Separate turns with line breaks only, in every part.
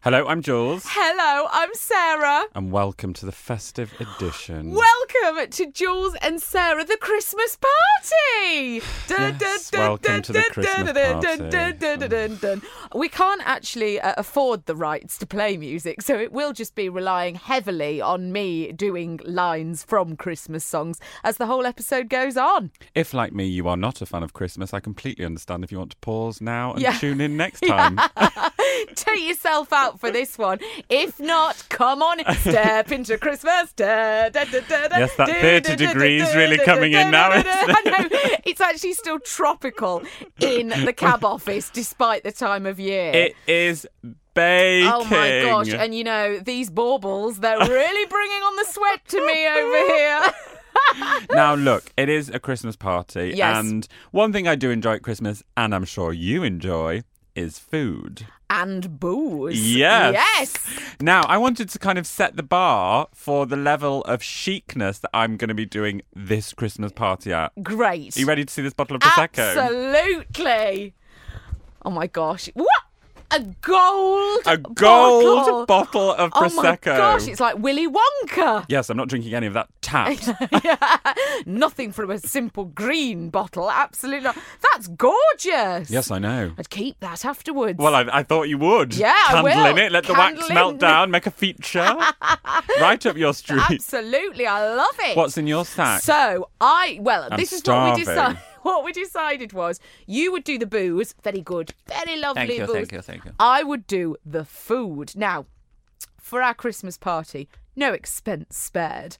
Hello, I'm Jules,
Hello, I'm Sarah.
and welcome to the festive edition.
Welcome to Jules and Sarah the Christmas party. Dun,
Yes,
dun, dun,
welcome
dun,
to the
dun,
Christmas
dun, dun, dun,
party.
dun, dun, dun, dun, dun. We can't actually uh, afford the rights to play music, so it will just be relying heavily on me doing lines from Christmas songs as the whole episode goes on.
If, like me, you are not a fan of Christmas, I completely understand if you want to pause now and
Yeah.
tune in next time.
Take yourself out for this one. If not, come on, step into Christmas. Da, da, da, da, da.
Yes, that
Do,
30
do, do,
degrees
do,
really
do,
coming
do,
in
do,
now,
do, do.
isn't
I know. It's actually still tropical in the cab office despite the time of year.
it is baking.
Oh my gosh. And you know, these baubles, they're really bringing on the sweat to me over here.
now, look, it is a Christmas party.
Yes.
And one thing I do enjoy at Christmas, and I'm sure you enjoy, is food.
And booze.
Yes.
Yes.
Now, I wanted to kind of set the bar for the level of chicness that I'm going to be doing this Christmas party at. Are
Great.
you ready to see this bottle of Prosecco?
Absolutely. Oh my gosh. What? A gold
a gold
bottle.
bottle, of
Oh
prosecco.
my gosh, it's like Willy Wonka.
yes, I'm not drinking any of that tap.
Nothing from a simple green bottle. Absolutely not. That's gorgeous.
yes, I know.
I'd keep that afterwards.
Well, I, I thought you would.
Yeah, I
Candle
will.
in it, let the wax
Candle
melt
in.
down, make a feature. right up your street.
Absolutely, I love it.
What's in your sack?
So I well,
I'm
this is what we
starving.
decided. What we decided was you would do the booze, very good, very lovely
you,
booze.
thank you, thank you.
I would do the food. Now, for our Christmas party, no expense spared.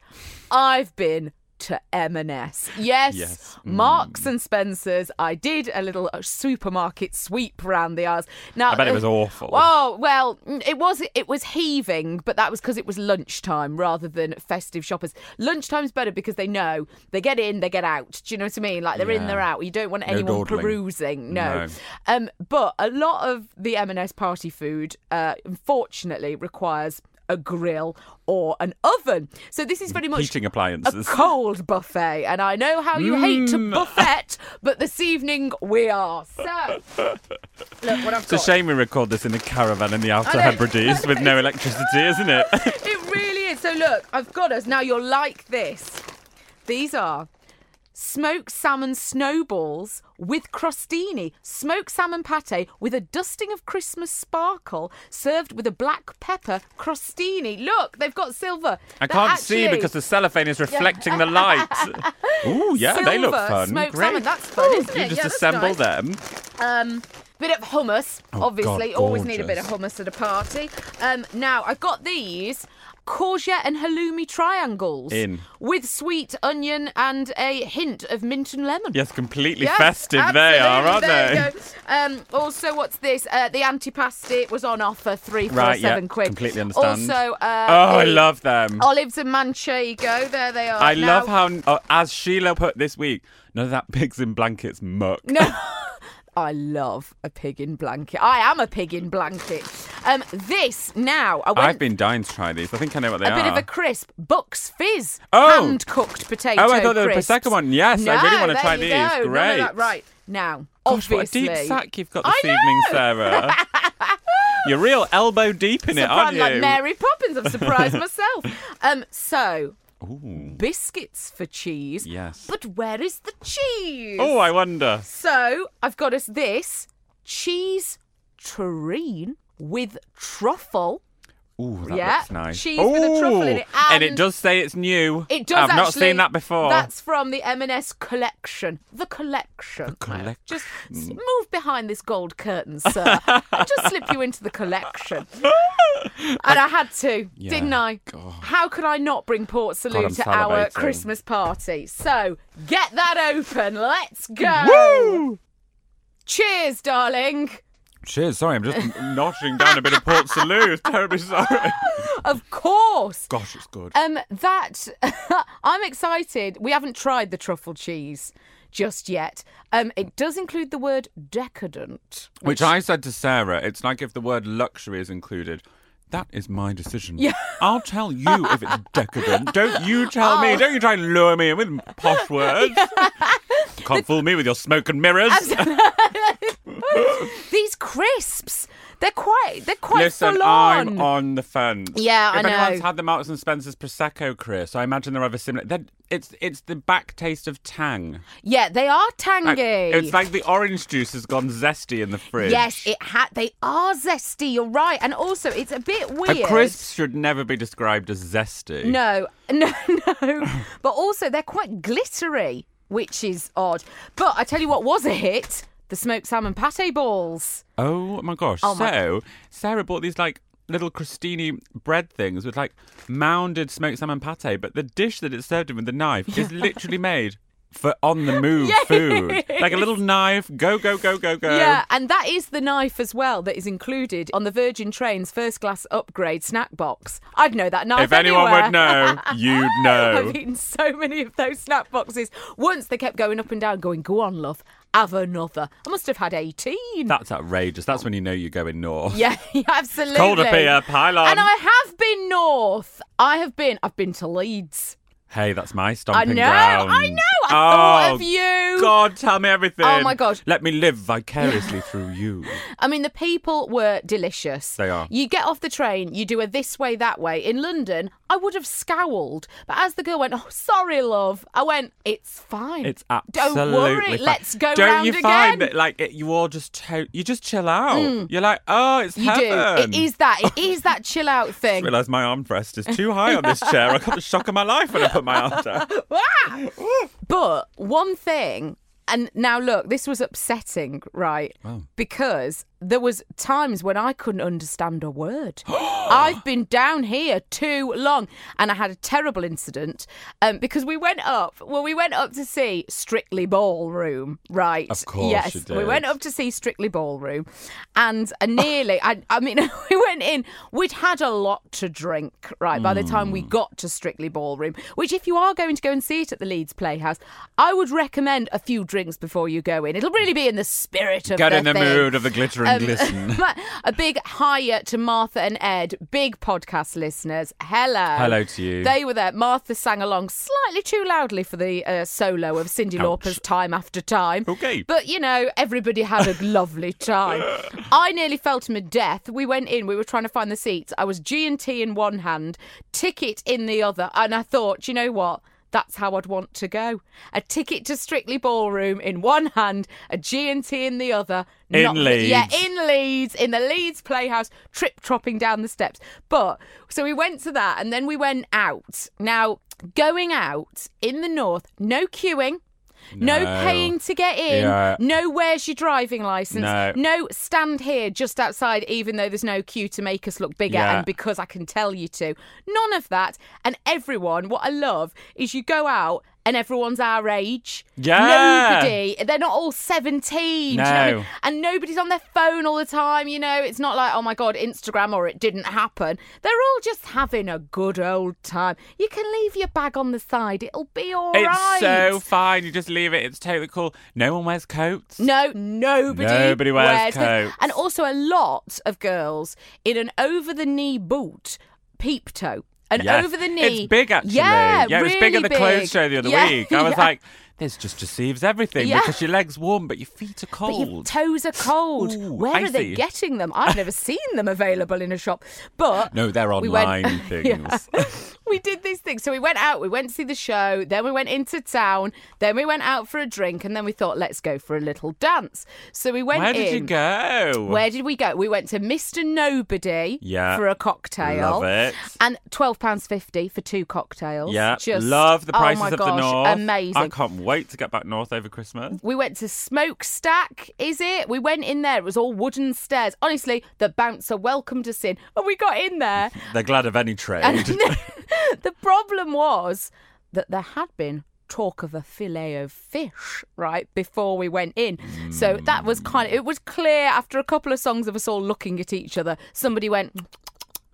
I've been to M&S. Yes,
Yes, Mm.
Marks and Spencers. I did a little uh, supermarket sweep round the aisles. Now
I bet it
uh,
was awful.
Oh well, mm, it was it was heaving, but that was because it was lunchtime rather than festive shoppers. Lunchtime's better because they know they get in, they get out. Do you know what I mean? Like they're in,
Yeah.
they're out. You don't want
No
anyone
dawdling.
perusing.
No.
No. Um, but a lot of the M&S party food, uh, unfortunately, requires a grill or an oven. So this is very much
Heating
a
appliances. Mm.
cold buffet, and I know how you hate to buffet, but this evening we are. So, look what I've
It's a
got.
shame we record this in a caravan in the Outer
I know.
Hebrides with no electricity, isn't it?
It really is. So look, I've got us. Now you'll like this. These are smoked salmon snowballs with crostini, smoked salmon pate with a dusting of Christmas sparkle, served with a black pepper crostini. Look, they've got silver.
I
They're
can't see
actually-
because the cellophane is reflecting the light. Ooh, yeah, they look
Silver
fun.
smoked
Great.
salmon, that's fun,
Ooh,
isn't
You
it?
just
Yeah, that's
assemble
nice.
them.
Um, bit of hummus,
Oh,
obviously.
God,
Always need a bit of
gorgeous.
hummus at a party. Um, now I've got these courgette and halloumi triangles
In.
with sweet onion and a hint of mint and lemon.
Yes, completely
Yes,
festive they are,
absolutely.
aren't
There
they?
you go. Um, also, what's this? Uh, the antipasti was on offer three for
Right, yeah,
seven quid.
completely understand.
Also, uh,
Oh, I
the
love them.
olives and manchego. There they are.
I
Now-
love how, oh, as Sheila put this week, none of that pigs in blankets muck.
No. I love a pig in blanket. I am a pig in blanket. Um, this now, I went
I've been dying to try these. I think I know what they
a
are.
bit of a crisp. Bucks Fizz,
Oh.
hand cooked potato.
oh, I thought they were the
crisps.
Prosecco one. Yes, I really
No,
want to
there
try
you
these.
go.
Great.
None of that. Right now,
Gosh, what a
obviously,
deep sack you've got
I
this evening, Sarah. You're real elbow deep in it, aren't
Surprised,
you?
like Mary Poppins. I'm surprised myself. Um, so biscuits for cheese.
Yes.
But where is the cheese?
Oh, I wonder.
So I've got us this cheese terrine with truffle.
Ooh, that
yeah,
looks nice.
cheese with a truffle in
Ooh,
it,
And, it
and-
does say it's new.
It does.
I've not
actually.
seen that before.
That's from the M&S collection. The collection. The
collection.
Just s-
Mm.
move behind this gold curtain, sir. I just slip you into the collection. And I had to, didn't I? How could I not bring Port Salut
I'm
to our
salivating.
Christmas party? So get that open. Let's go. Cheers, darling.
Cheers. Sorry, I'm just notching down a bit of Port Salut. Terribly sorry.
Of course.
Gosh, it's good.
Um, that I'm excited. We haven't tried the truffle cheese just yet. Um, it does include the word decadent.
Which I said to Sarah, it's like if the word luxury is included. That is my decision. Yeah. I'll tell you if it's decadent. Don't you tell
Oh.
me. Don't you try and lure me in with posh words. You Can't fool me with your smoke and mirrors.
These crisps, they're quite, they're quite
Listen,
full on.
I'm on the fence.
Yeah, I
if anyone's
know.
had the Marks and Spencer's Prosecco, Chris, I imagine they're either similar. They're, it's it's the back taste of tang.
Yeah, they are tangy.
Like, it's like the orange juice has gone zesty in the fridge.
yes, it ha- they are zesty. You're right, and also it's a bit weird.
A crisp should never be described as zesty.
No, no, no. but also, they're quite glittery, which is odd. But I tell you what was a hit the smoked salmon pate balls.
Oh my gosh.
Oh
so,
my-
Sarah bought these like little crostini bread things with like mounded smoked salmon pate, but the dish that it's served in with the knife is literally made for on the move food. Like a little knife, go, go, go, go, go.
Yeah, and that is the knife as well that is included on the Virgin Train's first class upgrade snack box. I'd know that knife.
If anyone
anywhere.
would know, you'd know.
I've eaten so many of those snack boxes. Once they kept going up and down, going, "Go on, love, have another." I must have had eighteen.
That's outrageous. That's when you know you're going north.
Yeah, yeah, absolutely.
cold up here, pile on.
And I have been north. I have been. I've been to Leeds.
Hey, that's my
I
stomping
know.
ground.
I know.
oh,
I thought of you.
God, tell me everything.
Oh my gosh.
Let me live vicariously through you.
I mean, the people were delicious.
They are.
You get off the train, you do a this way, that way. In London, I would have scowled, but as the girl went, "Oh, sorry, love," I went, "It's fine.
It's
Don't
absolutely
worry.
fine.
Let's go
Don't
round
you
again." Mm.
find that like it, you all just to- you just chill out? You're like, oh, it's
you
heaven.
do. It is that. It is that chill out thing.
Realise my armrest is too high on this chair. I got the shock of my life when I put my arm down.
Ah! but one thing, and now look, this was upsetting, right? Because there was times when I couldn't understand a word. I've been down here too long, and I had a terrible incident um, because we went up. Well, we went up to see Strictly Ballroom, right?
Of course
yes,
you
we
did.
went up to see Strictly Ballroom, and I nearly. I, I mean, we went in. We'd had a lot to drink, right? By the time
Hmm.
we got to Strictly Ballroom, which, if you are going to go and see it at the Leeds Playhouse, I would recommend a few drinks before you go in. It'll really be in the spirit of
Get in the
thing. Um,
mood of the glitter and glisten.
a big hiya to Martha and Ed, big podcast listeners. Hello.
Hello to you.
They were there. Martha sang along slightly too loudly for the uh, solo of Cindy
Ouch.
Lauper's Time After Time.
Okay.
But, you know, everybody had a lovely time. I nearly fell to my death. We went in, we were trying to find the seats. I was G&T in one hand, ticket in the other. And I thought, you know what? That's how I'd want to go. A ticket to Strictly Ballroom in one hand, a G&T in the other.
In
Not-
Leeds.
Yeah, in Leeds, in the Leeds Playhouse, trip tropping down the steps. But so we went to that and then we went out. Now, going out in the north, no queuing. No,
No.
paying to get in.
Yeah.
No, where's your driving license?
No.
stand here just outside, even though there's no queue to make us look bigger
Yeah.
and because I can tell you to. None of that. And everyone, what I love is you go out and everyone's our age.
Yeah.
Nobody, they're not all 17. do you know what I
No.
mean? and nobody's on their phone all the time. You know, it's not like, oh my God, Instagram or it didn't happen. They're all just having a good old time. You can leave your bag on the side, it'll be all right.
it's so fine. You just leave it. It's totally cool. No one wears coats.
No, nobody.
Nobody wears
them.
coats.
And also, a lot of girls in an over the knee boot, peep toe. An
Yes.
over the knee.
It's big actually.
Yeah,
it was big
really
at the clothes
big.
show the other
Yeah,
week. I was
yeah.
like, It just deceives everything
Yeah.
because your legs warm but your feet are
But your
cold.
toes are cold.
Ooh,
Where are they
icy.
getting them? I've never seen them available in a shop. But
no, they're
we went-
online
Yeah.
things.
we did these things. So we went out, we went to see the show, then we went into town, then we went out for a drink, and then we thought, let's go for a little dance. So we went
Where did you
in.
go?
Where did we go? We went to Mr. Nobody
Yeah.
for a cocktail.
Love it.
And twelve pounds fifty for two cocktails.
Yeah,
Just
love the prices
oh my
of
gosh,
the north. I
Amazing.
can't wait to get back north over Christmas.
We went to Smokestack, is it? We went in there. It was all wooden stairs. Honestly, the bouncer welcomed us in, and we got in there.
They're glad of any trade.
And the problem was that there had been talk of a fillet of fish right before we went in. So that
Hmm.
was kind of it was clear after a couple of songs of us all looking at each other. Somebody went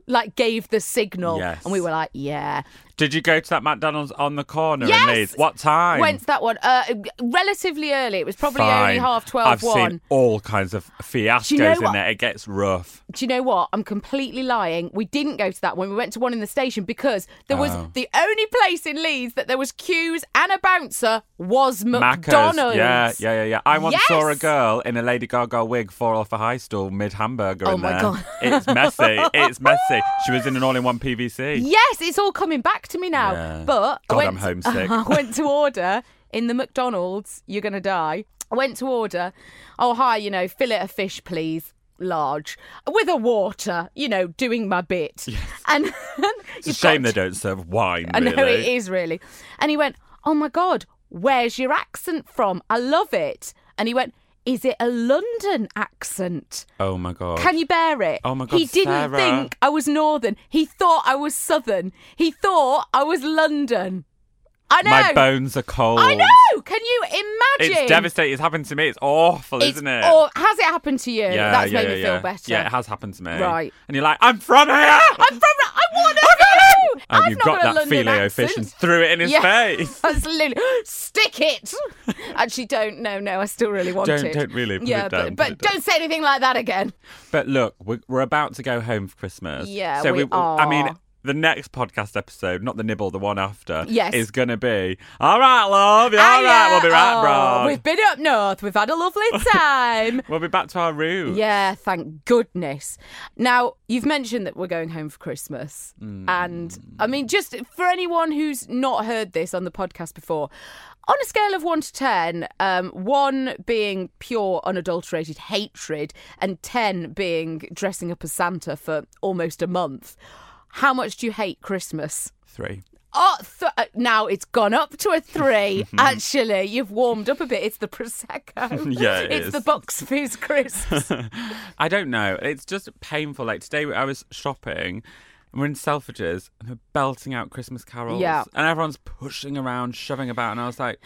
like gave the signal
Yes.
and we were like, yeah.
Did you go to that McDonald's on the corner
Yes!
in Leeds? What time?
Went to that one uh, relatively early. It was probably only
Fine.
half 12
I've
1.
seen all kinds of fiascos
Do you know
in
what?
there. It gets rough.
do you know what? I'm completely lying. We didn't go to that one. We went to one in the station because there was
Oh.
the only place in Leeds that there was queues and a bouncer was
Macca's.
McDonald's.
Yeah, yeah, yeah, yeah. I once saw a
Yes!
girl in a Lady Gaga wig fall off a high stool mid hamburger
Oh
in
my
there.
God.
It's messy. It's messy. She was in an all in one PVC.
Yes, it's all coming back to me now.
Yeah.
But I
God,
went
I'm homesick.
I went to order in the McDonald's. You're gonna die. I went to order. Oh hi, you know, fillet of fish, please, large, with a water. You know, doing my bit. And
It's a shame they don't serve wine, really.
I know it is really. And he went, Oh my God, where's your accent from? I love it. And he went, Is it a London accent?
Oh my God.
Can you bear it?
Oh my God,
He didn't
Sarah.
think I was northern. He thought I was southern. He thought I was London. I know.
My bones are cold.
I know. Can you imagine?
It's devastating. It's happened to me. It's awful,
It's-
isn't it?
Or has it happened to you? That's made me feel
yeah.
better.
Yeah, it has happened to me.
Right.
And you're like, I'm from here.
I'm from. I want to know.
and
I've
you
not
got
got a
that
London
filet of
accent.
fish and threw it in his face.
Absolutely. Stick it. Actually, don't. No, no. I still really want
Don't-
it.
don't really. Put
yeah,
it down,
but, but
put it down.
don't say anything like that again.
But look, we're, we're about to go home for Christmas.
Yeah,
so
we
I mean,
are.
the next podcast episode, not the nibble, the one after,
Yes.
is going to be all right, love. you all
Hiya.
right, we'll be right,
Oh,
bro.
We've been up north. We've had a lovely time.
We'll be back to our room.
yeah, thank goodness. Now you've mentioned that we're going home for Christmas, and I mean, just for anyone who's not heard this on the podcast before. On a scale of one to ten, um, one being pure unadulterated hatred, and ten being dressing up as Santa for almost a month, how much do you hate Christmas?
Three.
Oh, th- uh, now it's gone up to a three. Actually, you've warmed up a bit. It's the prosecco.
Yeah, it
it's
is.
the box fizz crisps.
I don't know. It's just painful. Like today, I was shopping. and We're in Selfridges and they're belting out Christmas carols.
Yeah.
And everyone's pushing around, shoving about. And I was like,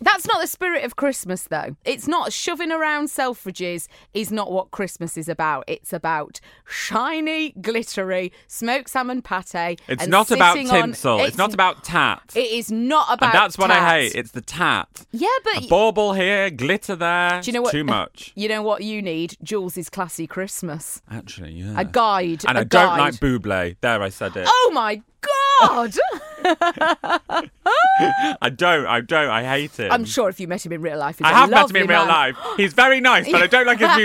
That's not the spirit of Christmas, though. It's not shoving around Selfridges. Is not what Christmas is about. It's about shiny, glittery smoked salmon pate.
it's
and
not about
sitting on-
tinsel. it's, not about tat.
It is not about.
and that's what
tat.
I hate. It's the tat.
Yeah, but
a bauble here, glitter there.
Do you know what-
Too much.
you know what you need? Jules' classy Christmas.
Actually, yeah.
A guide.
and
I
I don't like Buble. There, I said it.
Oh my god!
I don't. I don't. I hate it.
I'm sure if you met him in real life, he's
I
a
have met him
lovely
in real
man.
life. He's very nice, but I don't like his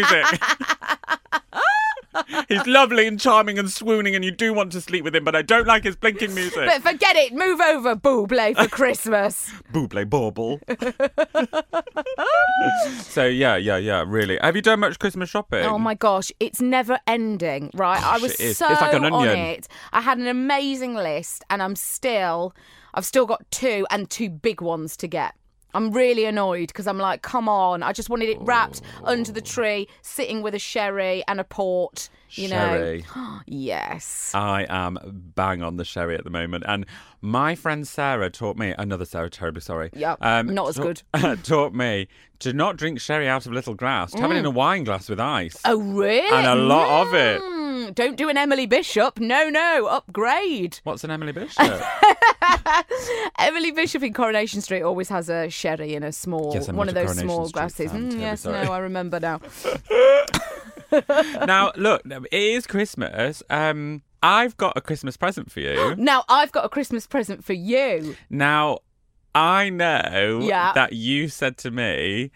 music. He's lovely and charming and swooning, and you do want to sleep with him, but I don't like his blinking music.
But forget it. Move over, Buble, for Christmas.
Buble bauble. so yeah, yeah, yeah. Really, have you done much Christmas shopping?
oh my gosh, it's never ending, right? I
Gosh,
was
it is.
so
It's like an
on
onion.
it. I had an amazing list, and I'm still, I've still got two and two big ones to get. I'm really annoyed because I'm like, come on! I just wanted it wrapped under the tree, sitting with a sherry and a port. You
Sherry.
know, yes.
I am bang on the sherry at the moment. And my friend Sarah taught me, another Sarah, terribly sorry.
Yep, not as
tau-
good.
taught me to not drink sherry out of a little glass, to have it in a wine glass with ice.
Mm. Oh, really?
And a lot of it.
Mm, Don't do an Emily Bishop. No, no, upgrade.
What's an Emily Bishop?
Emily Bishop in Coronation Street always has a sherry in a small,
Yes, I'm
one
not
of
a
those
Coronation
small
Street
glasses.
fan,
Mm,
terribly
yes, no,
sorry.
I remember now.
now, look, it is Christmas. Um, I've got a Christmas present for you.
Now I've got a Christmas present for you.
now, I know
Yeah.
that you said to me,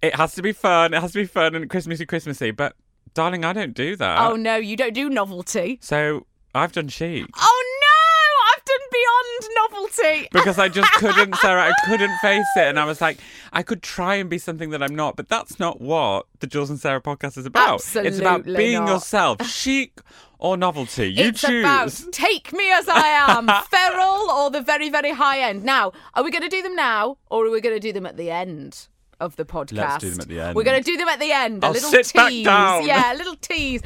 it has to be fun, it has to be fun and Christmassy, Christmassy, but darling, I don't do that.
oh no, you don't do novelty.
So I've done chic.
Oh no, I've done beyond novelty.
Because I just couldn't, Sarah, I couldn't face it. And I was like, I could try and be something that I'm not, but that's not what the Jules and Sarah podcast is about. it's about
Absolutely
being
not.
yourself, chic or novelty. You
it's
choose.
about take me as I am, feral or the very, very high end. Now, are we going to do them now or are we going to do them at the end of the podcast?
do them at the end.
We're going to do them at the end.
I'll
a little
sit back
tease.
down.
Yeah, a little tease.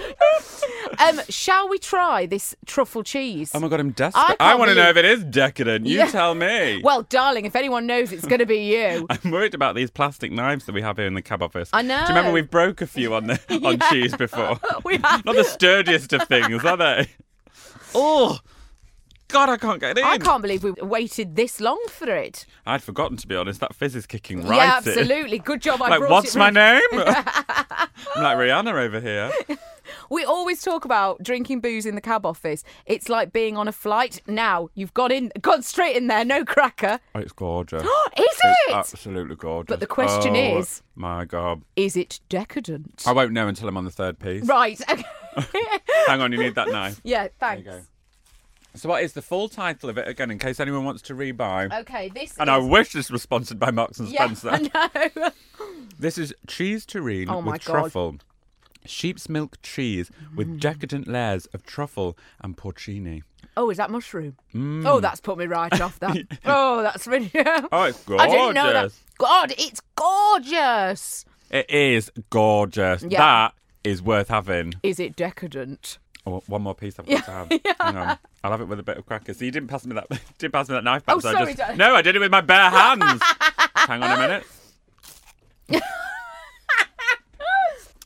um, shall we try this truffle cheese?
Oh my God, I'm
I
desperate.
can't
I, want to know if
believe-
it is decadent. You
Yeah.
tell me.
Well, darling, if anyone knows, it's going to be you.
I'm worried about these plastic knives that we have here in the cab office.
I
Do you remember
know.
we've broke a few on the on cheese before?
We have.
Not the sturdiest of things, are they? Oh, God, I can't get in.
I can't believe we waited this long for it.
I'd forgotten to be honest. That fizz is kicking right.
yeah,
in.
absolutely. Good job. I
Like,
brought
what's
it
my
round.
name? I'm like Rihanna over here.
We always talk about drinking booze in the cab office. It's like being on a flight. Now you've got in, gone straight in there, no cracker.
Oh, it's gorgeous. Is uh,
Is
It's
it?
absolutely gorgeous.
But the question
Oh,
is-
my God,
Is it decadent?
I won't know until I'm on the third piece.
Right. Okay.
Hang on, you need that knife.
yeah. Thanks.
go. So, what is the full title of it again, in case anyone wants to rebuy?
Okay. This.
And I wish this was sponsored by Marks and
Uh, yeah,
Spencer.
I know.
This is cheese terrine
Oh my
with
God. Mm.
truffle, sheep's milk cheese with decadent layers of truffle and porcini.
Oh, is that mushroom? Oh, that's put me right off that. oh, that's really.
Mm. Oh, it's
I didn't know that.
gorgeous.
God, it's gorgeous.
It is gorgeous.
Yeah.
That is worth having.
Is it decadent?
Oh, one more piece I've got to have. Hang on. I'll have it with a bit of crackers. So you didn't pass me that did pass me that knife back.
Oh,
so I
sorry,
just,
darling.
No, I did it with my bare hands. Hang on a minute.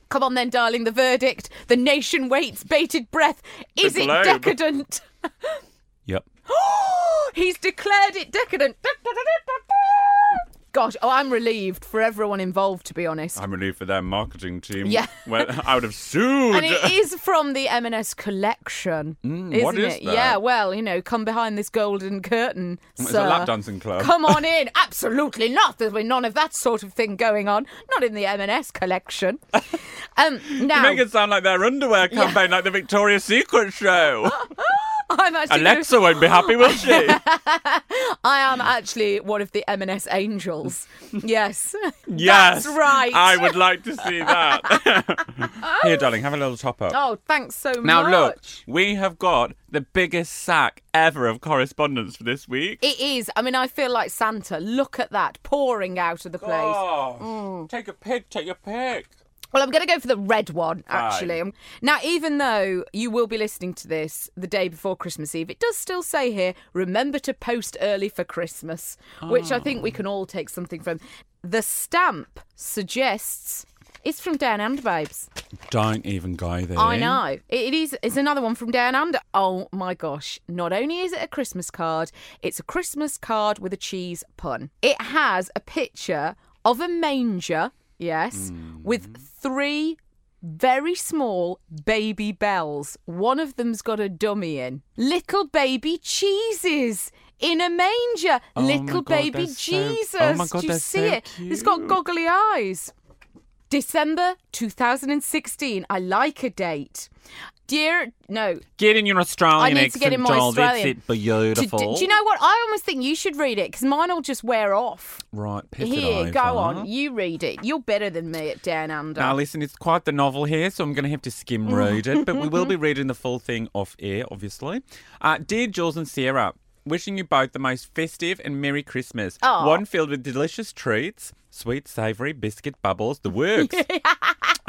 Come on then, darling. The verdict. The nation waits, bated breath. Is
The
it
globe.
decadent? Oh,
Yep.
He's declared it decadent. Gosh, oh, I'm relieved for everyone involved, to be honest.
I'm relieved for their marketing team.
Yeah.
Well, I would have sued.
and it is from the M&S collection, isn't
what is
it?
that?
Yeah, well, you know, come behind this golden curtain,
It's
sir.
a lap dancing club.
Come on in. Absolutely not. There's been none of that sort of thing going on. Not in the M&S collection. Um,
You
now,
make it sound like their underwear campaign, like the Victoria's Secret show.
I'm actually gonna-
Alexa won't be happy, will she?
I am actually one of the M&S angels. Yes.
yes.
That's right.
I would like to see that. Here, darling, have a little top up.
Oh, thanks so much.
now, look, we have got the biggest sack ever of correspondence for this week.
It is. I mean, I feel like Santa. Look at that pouring out of the place. Mm.
Oh, take a pic, take a pic.
Well, I'm going to go for the red one, actually. Um, Now, even though you will be listening to this the day before Christmas Eve, it does still say here, remember to post early for Christmas, which I think
Ah.
we can all take something from. The stamp suggests it's from Down Under, babes.
Don't even go there.
I know. It is. It's another one from Down Under. Oh my gosh! Not only is it a Christmas card, it's a Christmas card with a cheese pun. It has a picture of a manger, yes, with three very small baby bells. One of them's got a dummy in. Little baby cheeses. In a manger,
Oh my
little
God, they're
baby
so- oh
Jesus.
my God,
Do you
they're
see
so
it? It's got
cute.
goggly eyes. December 2016. I like a date. Dear, no. to-
Get in your Australian
I need to get in my
doll.
Australian.
It's it beautiful.
do, do you know what? I almost think you should read it because mine will just wear off.
Right, piss it
Here,
over.
go on. You read it. You're better than me at Down Under.
Now, listen, it's quite the novel here, so I'm going to have to skim
Mm.
read it, but we will be reading the full thing off air, obviously. Uh, Dear Jules and Sarah, wishing you both the most festive and merry Christmas.
Aw.
One filled with delicious treats, sweet, savoury, biscuit bubbles, the works.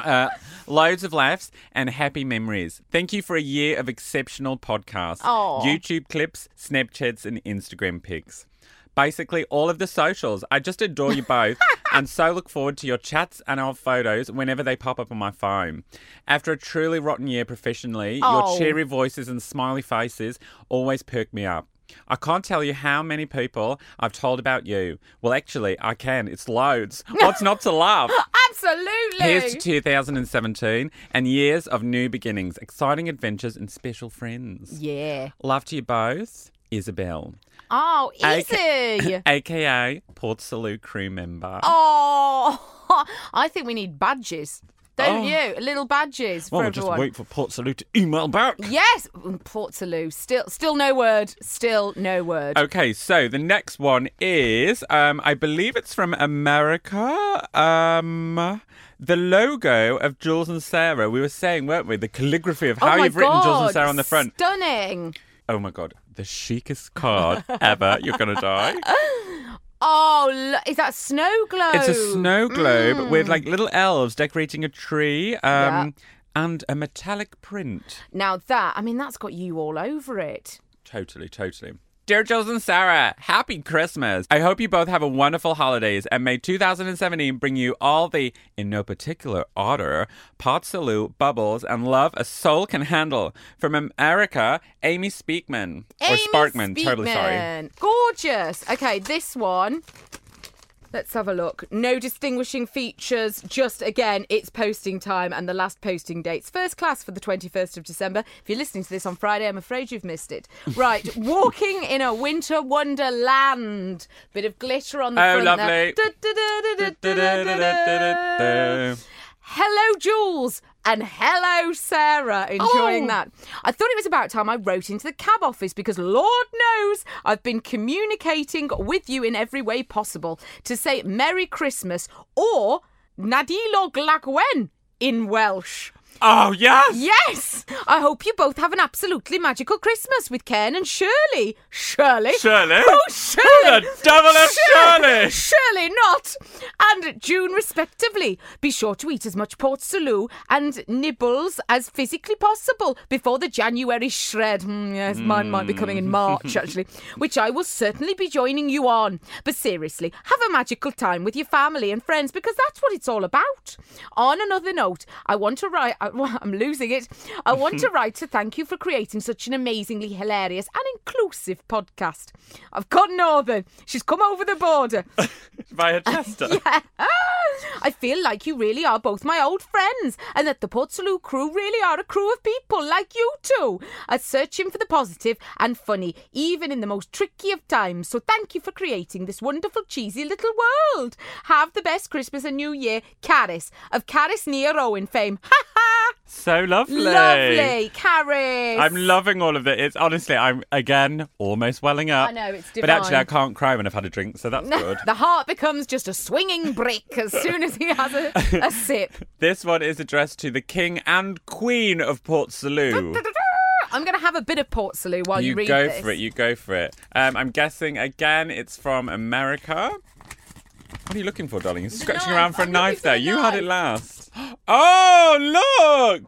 uh, loads of laughs and happy memories. Thank you for a year of exceptional podcasts,
Aw.
YouTube clips, Snapchats, and Instagram pics. Basically, all of the socials. I just adore you both and so look forward to your chats and our photos whenever they pop up on my phone. After a truly rotten year professionally,
Oh.
your cheery voices and smiley faces always perk me up. I can't tell you how many people I've told about you. Well, actually, I can. It's loads. What's not to love?
Absolutely.
Here's to 2017 and years of new beginnings, exciting adventures, and special friends.
yeah.
Love to you both, Isabel.
Oh, easy.
Okay. AKA Port Salut crew member.
Oh, I think we need badges. Don't
Oh.
you? Little badges for
well, we'll just
everyone.
wait for Port Salut to email back.
Yes, Mm, Port Salut. Still, still no word. Still no word.
Okay, so the next one is, um, I believe it's from America. Um, the logo of Jules and Sarah. We were saying, weren't we? The calligraphy of how
oh my
you've written Jules and
God,
Sarah on the front.
Stunning.
Oh my god, the chicest card ever. You're gonna die.
Oh, lo- is that snow globe?
It's a snow globe with
mm.
like little elves decorating a tree. Um, And a metallic print.
Now that, I mean, that's got you all over it.
Totally, totally. Dear Jules and Sarah, happy Christmas. I hope you both have a wonderful holidays and may 2017 bring you all the, in no particular order, pot salut, bubbles, and love a soul can handle. From America, Amy Speakman. or
Amy
Sparkman, totally sorry.
Speakman. Gorgeous. Okay, this one. Let's have a look. No distinguishing features. Just again, it's posting time and the last posting dates. First class for the 21st of December. If you're listening to this on Friday, I'm afraid you've missed it. Right, walking in a winter wonderland. Bit of glitter on the
Oh,
front there.
lovely.
Da-da-da-da-da-da-da-da. Hello, Jules. And hello, Sarah. Enjoying that. I thought it was about time I wrote into the cab office because Lord knows I've been communicating with you in every way possible to say Merry Christmas or Nadilog Lagwen in Welsh.
Oh, yes!
Yes! I hope you both have an absolutely magical Christmas with Ken and Shirley. Shirley?
Shirley?
Oh, Shirley!
Who the devil is Shirley?
Surely not! And June, respectively. Be sure to eat as much port salut and nibbles as physically possible before the January shred. Mm, yes, mine might be coming in March, actually, which I will certainly be joining you on. But seriously, have a magical time with your family and friends because that's what it's all about. On another note, I want to write. I, am losing it. I want to write to thank you for creating such an amazingly hilarious and inclusive podcast. I've got Northern. She's come over the border.
Via Chester.
I feel like you really are both my old friends, and that the Port Salut crew really are a crew of people like you two, are searching for the positive and funny, even in the most tricky of times. So thank you for creating this wonderful, cheesy little world. Have the best Christmas and New Year, Caris of Caris Near Owen fame. Ha ha!
So lovely.
Lovely, Caris.
I'm loving all of it. It's honestly, I'm again almost welling up.
I know, it's
But actually,
divine.
I can't cry when I've had a drink, so that's good.
the heart becomes just a swinging brick as soon as he has a, a sip.
This one is addressed to the King and Queen of Port Salut.
I'm going to have a bit of Port Salut while you,
you
read
go
this.
for it. You go for it. Um, I'm guessing again. It's from America. What are you looking for, darling? You're scratching
knife.
around for a
I'm looking
knife
for
there.
the
you had it last. Oh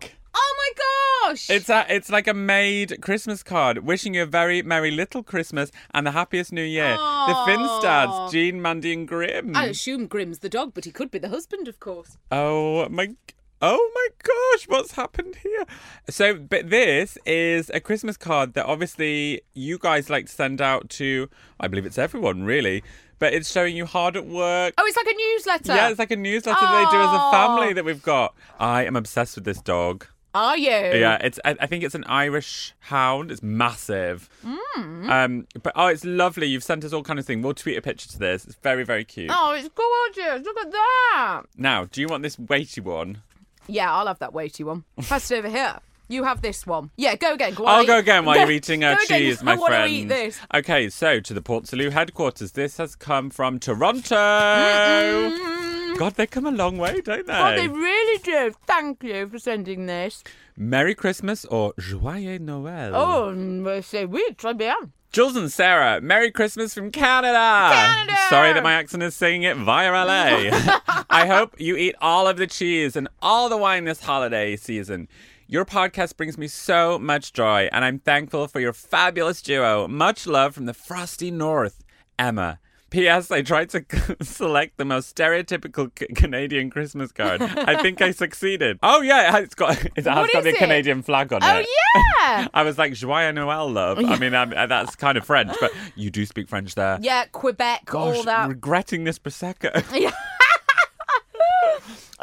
look!
Oh my gosh!
It's a, it's like a made Christmas card, wishing you a very merry little Christmas and the happiest New Year.
Aw.
The Finstads, Jean, Mandy, and Grim.
I assume Grimm's the dog, but he could be the husband, of course.
Oh my. Oh my gosh, what's happened here? So, but this is a Christmas card that obviously you guys like to send out to, I believe it's everyone really, but it's showing you hard at work.
Oh, it's like a newsletter.
yeah, it's like a newsletter that they do as
Aw.
a family that we've got. I am obsessed with this dog.
Are you?
Yeah, it's. I, I think it's an Irish hound. It's massive.
Mm.
Um, but oh, it's lovely. You've sent us all kind of thing. We'll tweet a picture to this. It's very, very cute.
Oh, it's gorgeous. Look at that.
Now, do you want this weighty one?
Yeah, I'll have that weighty one. Pass it over here. You have this one. Yeah, go again. Go on,
I'll
eat.
go again while you're eating our
Go again.
cheese, my
I
friend.
want to eat this.
Okay, so to the Port Salut headquarters. This has come from Toronto. God, they come a long way, don't they?
Oh, they really do. Thank you for sending this.
Merry Christmas or Joyeux Noël.
Oh, mm, well, c'est oui, très bien.
Jules and Sarah, Merry Christmas from Canada.
Canada!
Sorry that my accent is singing it via LA. I hope you eat all of the cheese and all the wine this holiday season. Your podcast brings me so much joy, and I'm thankful for your fabulous duo. Much love from the frosty north, Emma. P.S. I tried to select the most stereotypical C- Canadian Christmas card. I think I succeeded. Oh yeah, it has got it has
What
got
is
the
it?
Canadian flag on
Oh,
it.
yeah.
I was like, Joyeux Noël, love. I mean, I'm, uh, that's kind of French, but you do speak French there.
yeah, Quebec,
Gosh,
all that.
regretting this Prosecco.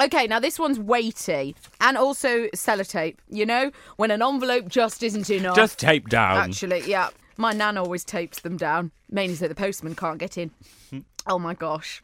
Okay, now this one's weighty and also sellotape. You know, when an envelope just isn't enough.
Just tape down.
Actually, yeah. My nan always tapes them down, mainly so the postman can't get in. oh my gosh.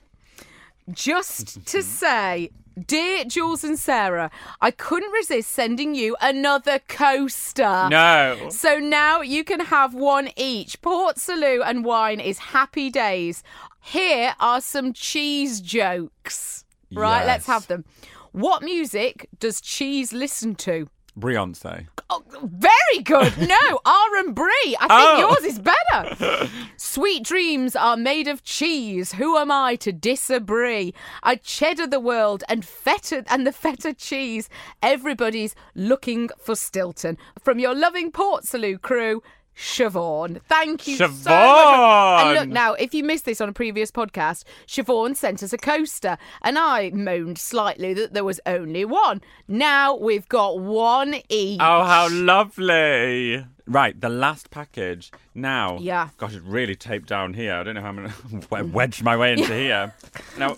Just to say, dear Jules and Sarah, I couldn't resist sending you another coaster.
No.
So now you can have one each. Port Salut and wine is happy days. Here are some cheese jokes. Right, let's
Yes.
have them. What music does cheese listen to?
Beyonce.
Oh, very good. No, R and Brie. I think
Oh.
yours is better. Sweet dreams are made of cheese. Who am I to disagree? I cheddar the world and feta and the feta cheese. Everybody's looking for Stilton from your loving Port Salut crew. Siobhan. Thank you so much. And look
Siobhan.
now, if you missed this on a previous podcast, Siobhan sent us a coaster and I moaned slightly that there was only one. Now we've got one each.
Oh, how lovely. Right, the last package. Now.
Yeah. Mm-hmm.
Gosh, it's really taped down here. I don't know how I'm going to wedge my way into here. Now,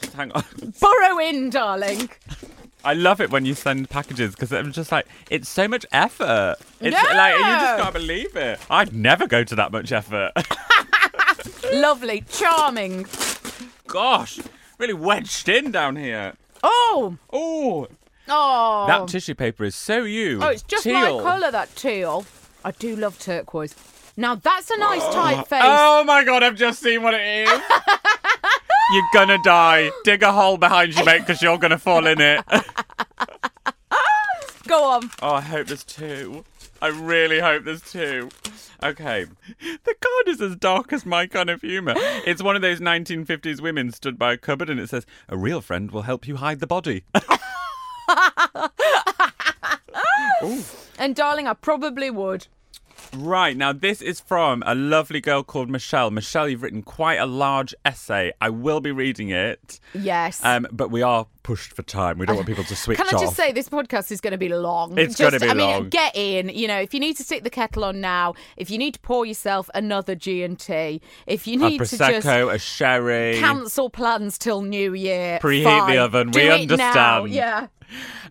just hang on.
Burrow in, darling.
I love it when you send packages because I'm just like, it's so much effort. It's
No.
like, you just can't believe it. I'd never go to that much effort.
Lovely, charming.
Gosh, really wedged in down here.
Oh,
Oh,
oh.
that tissue paper is so you.
oh, it's just
Teal.
my colour, that teal. I do love turquoise. Now, that's a nice typeface.
Oh my god, I've just seen what it is. you're gonna die. Dig a hole behind you, mate, because you're gonna fall in it. oh,
Go on.
I hope there's two. I really hope there's two. Okay. The card is as dark as my kind of humour. It's one of those 1950s women stood by a cupboard and it says, A real friend will help you hide the body.
And, darling, I probably would.
Right, now this is from a lovely girl called Michelle. Michelle, you've written quite a large essay. I will be reading it.
Yes.
Um, but we are pushed for time. We don't want people to switch
Can I
off.
just say this podcast is going to be long?
It's
Just-
gonna be
I mean,
long.
get in. You know, if you need to stick the kettle on now, if you need to pour yourself another G and T, if you
a
need to just
prosecco, a sherry.
cancel plans till New Year,
Preheat the
fine.
oven.
Do
We
it Now.
understand.
Yeah.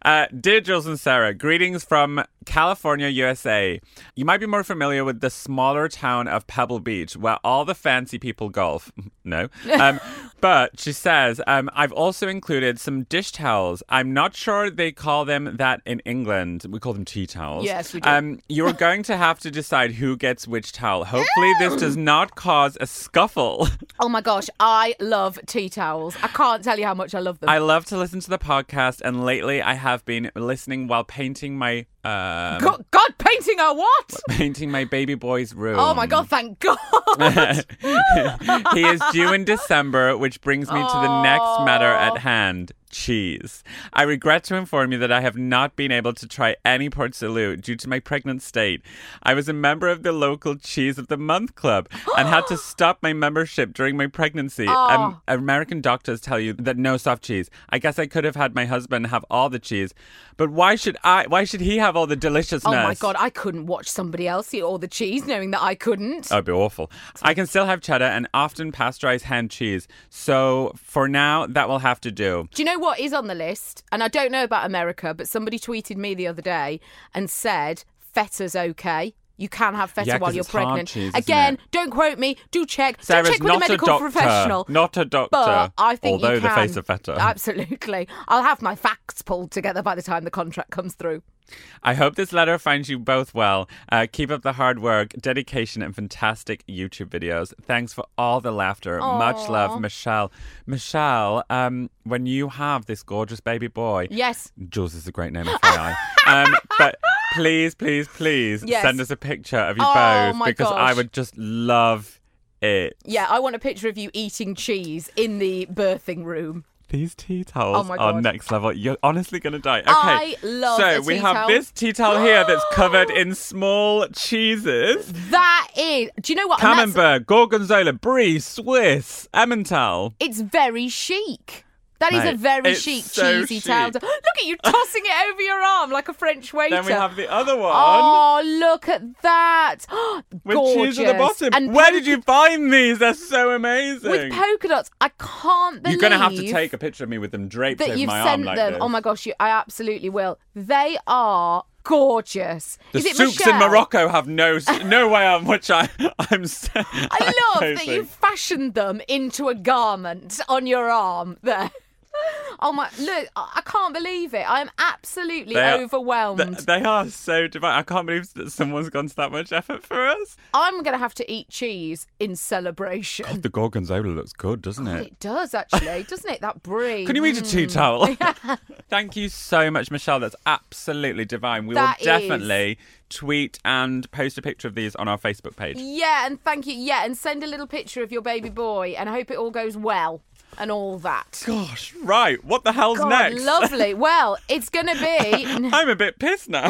Uh, dear Jules and Sarah, greetings from California, USA. You might be more familiar with the smaller town of Pebble Beach, where all the fancy people golf. no. Um, but she says, um, I've also included some dish towels. I'm not sure they call them that in England. We call them tea towels.
Yes, we do.
Um, you're going to have to decide who gets which towel. Hopefully, this does not cause a scuffle.
Oh my gosh, I love tea towels. I can't tell you how much I love them.
I love to listen to the podcast, and lately I have been listening while painting my um,
God, God, painting a what?
painting my baby boy's room.
Oh my God, thank God. Oh
he is due in December, which brings me to the next matter at hand. Cheese. I regret to inform you that I have not been able to try any Port Salut due to my pregnant state. I was a member of the local Cheese of the Month club and had to stop my membership during my pregnancy. Um, American doctors tell you that no soft cheese. I guess I could have had my husband have all the cheese, but why should I? Why should he have all the deliciousness?
Oh my God, I couldn't watch somebody else eat all the cheese knowing that I couldn't.
That'd be awful. I can still have cheddar and often pasteurized hand cheese. So for now, that will have to do.
Do you know what is on the list? And I don't know about America, but somebody tweeted me the other day and said feta's okay. You can have feta
Yeah, 'cause
while you're
it's hard
pregnant.
cheese, isn't
Again,
it?
don't quote me. Do check.
Sarah's
do check with a
not a
medical
doctor.
professional.
Not a doctor.
But I think
Although
you
the
can.
face of feta.
Absolutely. I'll have my facts pulled together by the time the contract comes through.
I hope this letter finds you both well. Uh, keep up the hard work, dedication, and fantastic YouTube videos. Thanks for all the laughter. Much love, Michelle. Michelle, um, when you have this gorgeous baby boy,
Yes.
Jules is a great name, FYI. um, but please, please, please
Yes.
send us a picture of you
Oh,
both
my
because I
gosh.
would just love it.
Yeah, I want a picture of you eating cheese in the birthing room.
These tea towels
Oh my
are
God.
next level. You're honestly gonna die. Okay.
I love
So
a
we
tea
have
towel.
this tea towel here that's covered in small cheeses.
That is. Do you know what? And that's-
Camembert, gorgonzola, brie, Swiss, Emmental.
It's very chic. That is
Mate,
a very
it's
chic,
so
cheesy towel.
chic.
Look at you tossing it over your arm like a French waiter.
Then we have the other one.
Oh, look at that.
with
Gorgeous.
cheese at the bottom.
And
Where
polka-
did you find these? They're so amazing.
With polka dots. I can't believe
You're gonna have to take a picture of me with them draped
that
over
you've
my
sent Oh
arm like
them.
this.
Oh my gosh, you, I absolutely will. They are gorgeous.
The
Is it
souks in
Michelle?
Morocco have no s- no way on which I I'm. s-
I love
know
that
things.
you fashioned them into a garment on your arm there. Oh my! Look, I I can't believe it. I'm absolutely
They are-
overwhelmed.
th- They are so divine. I can't believe that someone's gone to that much effort for us.
I'm going to have to eat cheese in celebration.
The gorgonzola looks good, doesn't it?
It does actually, doesn't it? That Mm. brie.
Can you eat a tea towel? Thank you so much, Michelle. That's absolutely divine. We
That
will
is-
definitely tweet and post a picture of these on our Facebook page.
Yeah, and thank you. Yeah, and send a little picture of your baby boy, and I hope it all goes well and all that.
Gosh, right. What the hell's
God,
next?
lovely. Well, it's going to be.
I'm a bit pissed now.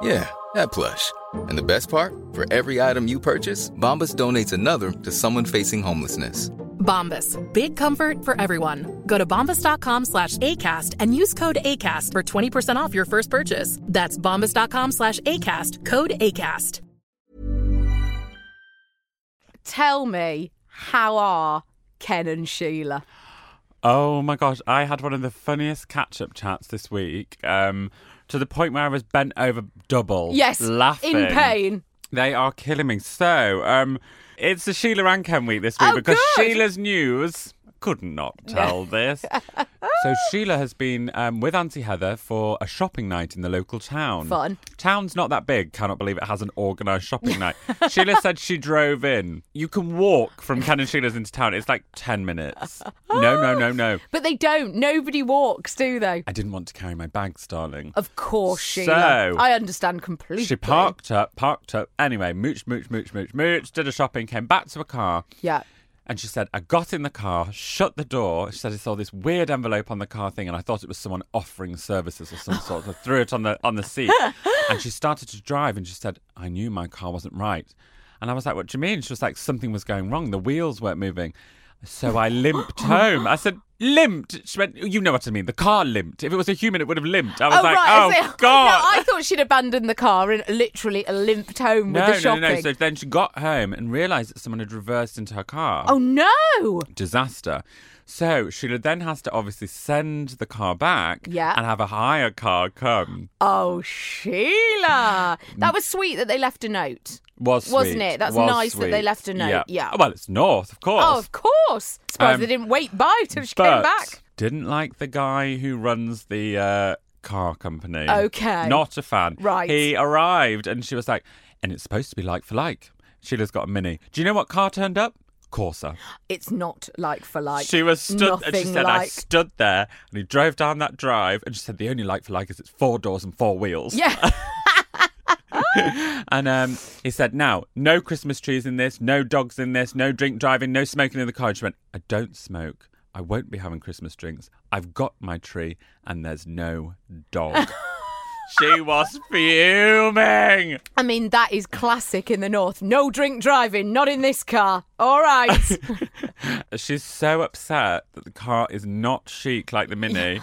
Yeah, that plush. And the best part? For every item you purchase, Bombas donates another to someone facing homelessness.
Bombas. Big comfort for everyone. Go to bombas.com slash ACAST and use code ACAST for 20% off your first purchase. That's bombas.com slash ACAST. Code ACAST.
Tell me, how are Ken and Sheila?
Oh my gosh, I had one of the funniest catch up chats this week. Um, to the point where I was bent over double.
Yes,
Oh, Laughing.
in pain.
They are killing me. So, um, it's the Sheila and Ken week this week
Oh,
because
good.
Sheila's news could not tell this. so Sheila has been um, with Auntie Heather for a shopping night in the local town.
Fun.
Town's not that big. Cannot believe it has an organised shopping night. Sheila said she drove in. You can walk from Ken and Sheila's into town. It's like ten minutes. No, no, no, no.
But they don't. Nobody walks, do they?
I didn't want to carry my bags, darling.
Of course,
So-
Sheila. I understand completely.
She parked up, parked up. Anyway, mooch, mooch, mooch, mooch, mooch, did a shopping, came back to a car,
Yeah.
and she said, I got in the car, shut the door. She said, I saw this weird envelope on the car thing, and I thought it was someone offering services of some sort. So I threw it on the, on the seat. and she started to drive, and she said, I knew my car wasn't right. And I was like, What do you mean? She was like, Something was going wrong. The wheels weren't moving. So I limped home. I said, Limped? She went, You know what I mean. The car limped. If it was a human, it would have limped. I was
oh
like,
right! I
Oh,
see.
God.
No, I thought she'd abandoned the car and literally limped home with the shopping.
No, no, So then she got home and realised that someone had reversed into her car.
Oh no!
Disaster. So Sheila then has to obviously send the car back
Yeah.
and have a hire car come.
Oh
Mm.
Sheila, that was sweet that they left a note.
Was sweet.
Wasn't it? That's
Was
nice that they
sweet.
left a note. Yeah.
Well, it's north, of course.
Oh, of course. Surprised
Um,
they didn't wait by till she
but
came back.
Didn't like the guy who runs the uh, car company.
Okay.
Not a fan.
Right.
He arrived and she was like, and it's supposed to be like for like. Sheila's got a mini. Do you know what car turned up? Corsa.
It's not like for like.
she was stood and she
Nothing
said I
like.
stood there and he drove down that drive and she said the only like for like is it's four doors and four wheels.
Yeah.
And um, he said, Now, no Christmas trees in this, no dogs in this, no drink driving, no smoking in the car. And she went, I don't smoke. I won't be having Christmas drinks. I've got my tree and there's no dog. she was fuming.
I mean, that is classic in the north. No drink driving. Not in this car. All right.
She's so upset that the car is not chic like the Mini.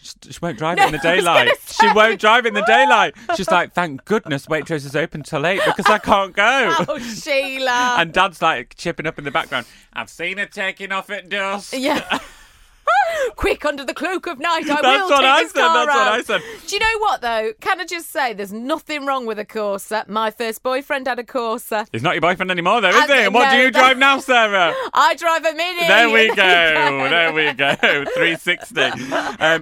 She she won't drive it in the
No, I was
daylight.
gonna
She
say.
won't drive it in the daylight. She's like, thank goodness Waitrose is open till eight because I can't go.
oh Sheila.
And Dad's like chipping up in the background. I've seen her taking off at dusk.
Yeah. Quick under the cloak of night. I
That's
will
what
take
I
this
said,
car
that's what
out.
I said.
Do you know what though? Can I just say there's nothing wrong with a Corsa. My first boyfriend had a Corsa.
He's not your boyfriend anymore, though, is
I-
he? And what do
no, Oh,
you drive now, Sarah?
I drive a Mini.
There we go. There we go. 360. Um,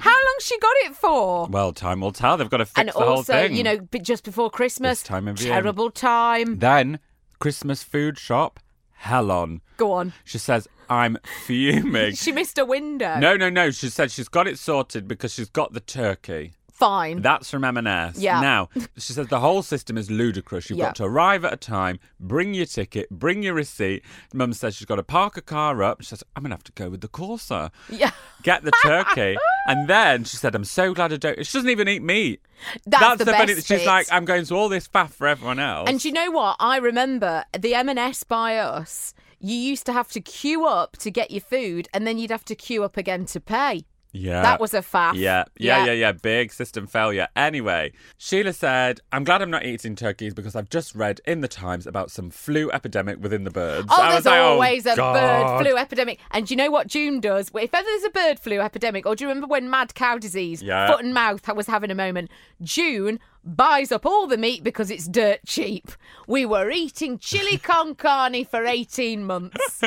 How long she got it for?
well, time will tell. They've got to fix
and
the whole
also,
thing.
you know, b- just before Christmas,
This time of year.
terrible time.
Then, Christmas food shop, hell on.
Go on.
She says, I'm fuming.
She missed a window.
no, no, no. She said she's got it sorted because she's got the turkey.
Fine.
That's from M&S.
Yeah.
Now, she says the whole system is ludicrous. You've
Yeah.
got to arrive at a time, bring your ticket, bring your receipt. Mum says she's got to park a car up. She says, I'm going to have to go with the Corsa.
yeah.
Get the turkey. and then she said, I'm so glad I don't. She doesn't even eat meat.
That's, the,
funny-
best
She's
bit.
like, I'm going to all this faff for everyone else.
And do you know what? I remember the M&S by us. You used to have to queue up to get your food, and then you'd have to queue up again to pay.
Yeah.
That was a faff.
Yeah. yeah,
Yeah.
yeah, yeah, Big system failure. Anyway, Sheila said, "I'm glad I'm not eating turkeys because I've just read in the Times about some flu epidemic within the birds."
Oh,
I was
there's
like,
always
oh,
a
God.
bird flu epidemic. And do you know what June does? Well, If ever there's a bird flu epidemic, or do you remember when mad cow disease,
Yeah.
foot and mouth, was having a moment? June buys up all the meat because it's dirt cheap. We were eating chili con carne for 18 months.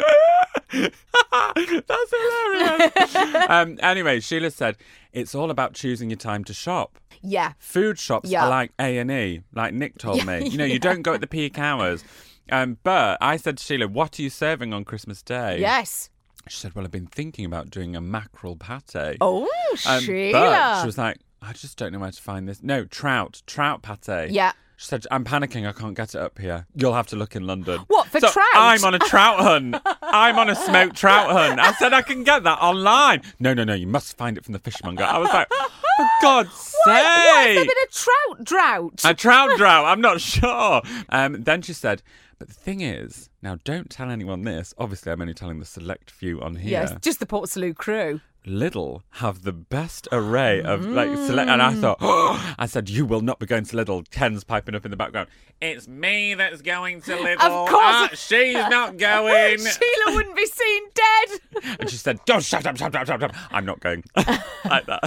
e-"
That's hilarious. um, anyway, Sheila said, "It's all about choosing your time to shop."
Yeah.
food shops
Yeah.
are like A and E, like Nick told me. You know, you don't go at the peak hours. Um, but I said to Sheila, "What are you serving on Christmas Day?"
Yes.
She said, "Well, I've been thinking about doing a mackerel pate."
Oh,
Um,
Sheila.
But she was like, "I just don't know where to find this." No, trout, trout pate.
Yeah.
She said, "I'm panicking. I can't get it up here. You'll have to look in London."
What, for
So
trout?
I'm on a trout hunt. I'm on a smoked trout hunt. I said I can get that online. No, no, no. You must find it from the fishmonger. I was like, "For God's sake!"
Why has there been a trout drought?
A trout drought, I'm not sure. Um, then she said, but the thing is, now don't tell anyone this. Obviously, I'm only telling the select few on here.
Yes, just the Port Salut crew.
Lidl have the best array of like select. And I thought, oh, I said, you will not be going to Lidl. Ken's piping up in the background. It's me that's going to Lidl.
course.
Ah, she's not going.
Sheila wouldn't be seen dead.
and she said, don't shut up, shut up, shut up. I'm not going. like that.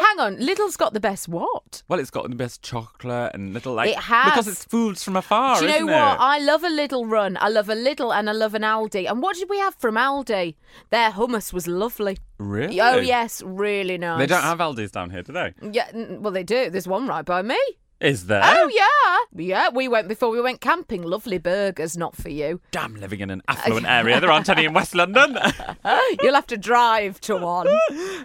Hang on, Lidl's got the best what?
Well, it's got the best chocolate and little like
It has.
because it's foods from afar.
Do you know
isn't
what?
It?
I love a Lidl run. I love a Lidl and I love an Aldi. And what did we have from Aldi? Their hummus was lovely.
really?
Oh yes, really nice.
They don't have Aldi's down here, do they?
Yeah, n- well they do. There's one right by me.
Is there?
Oh yeah, yeah. We went before we went camping. Lovely burgers, not for you.
Damn, living in an affluent area. There aren't any in West London.
You'll have to drive to one.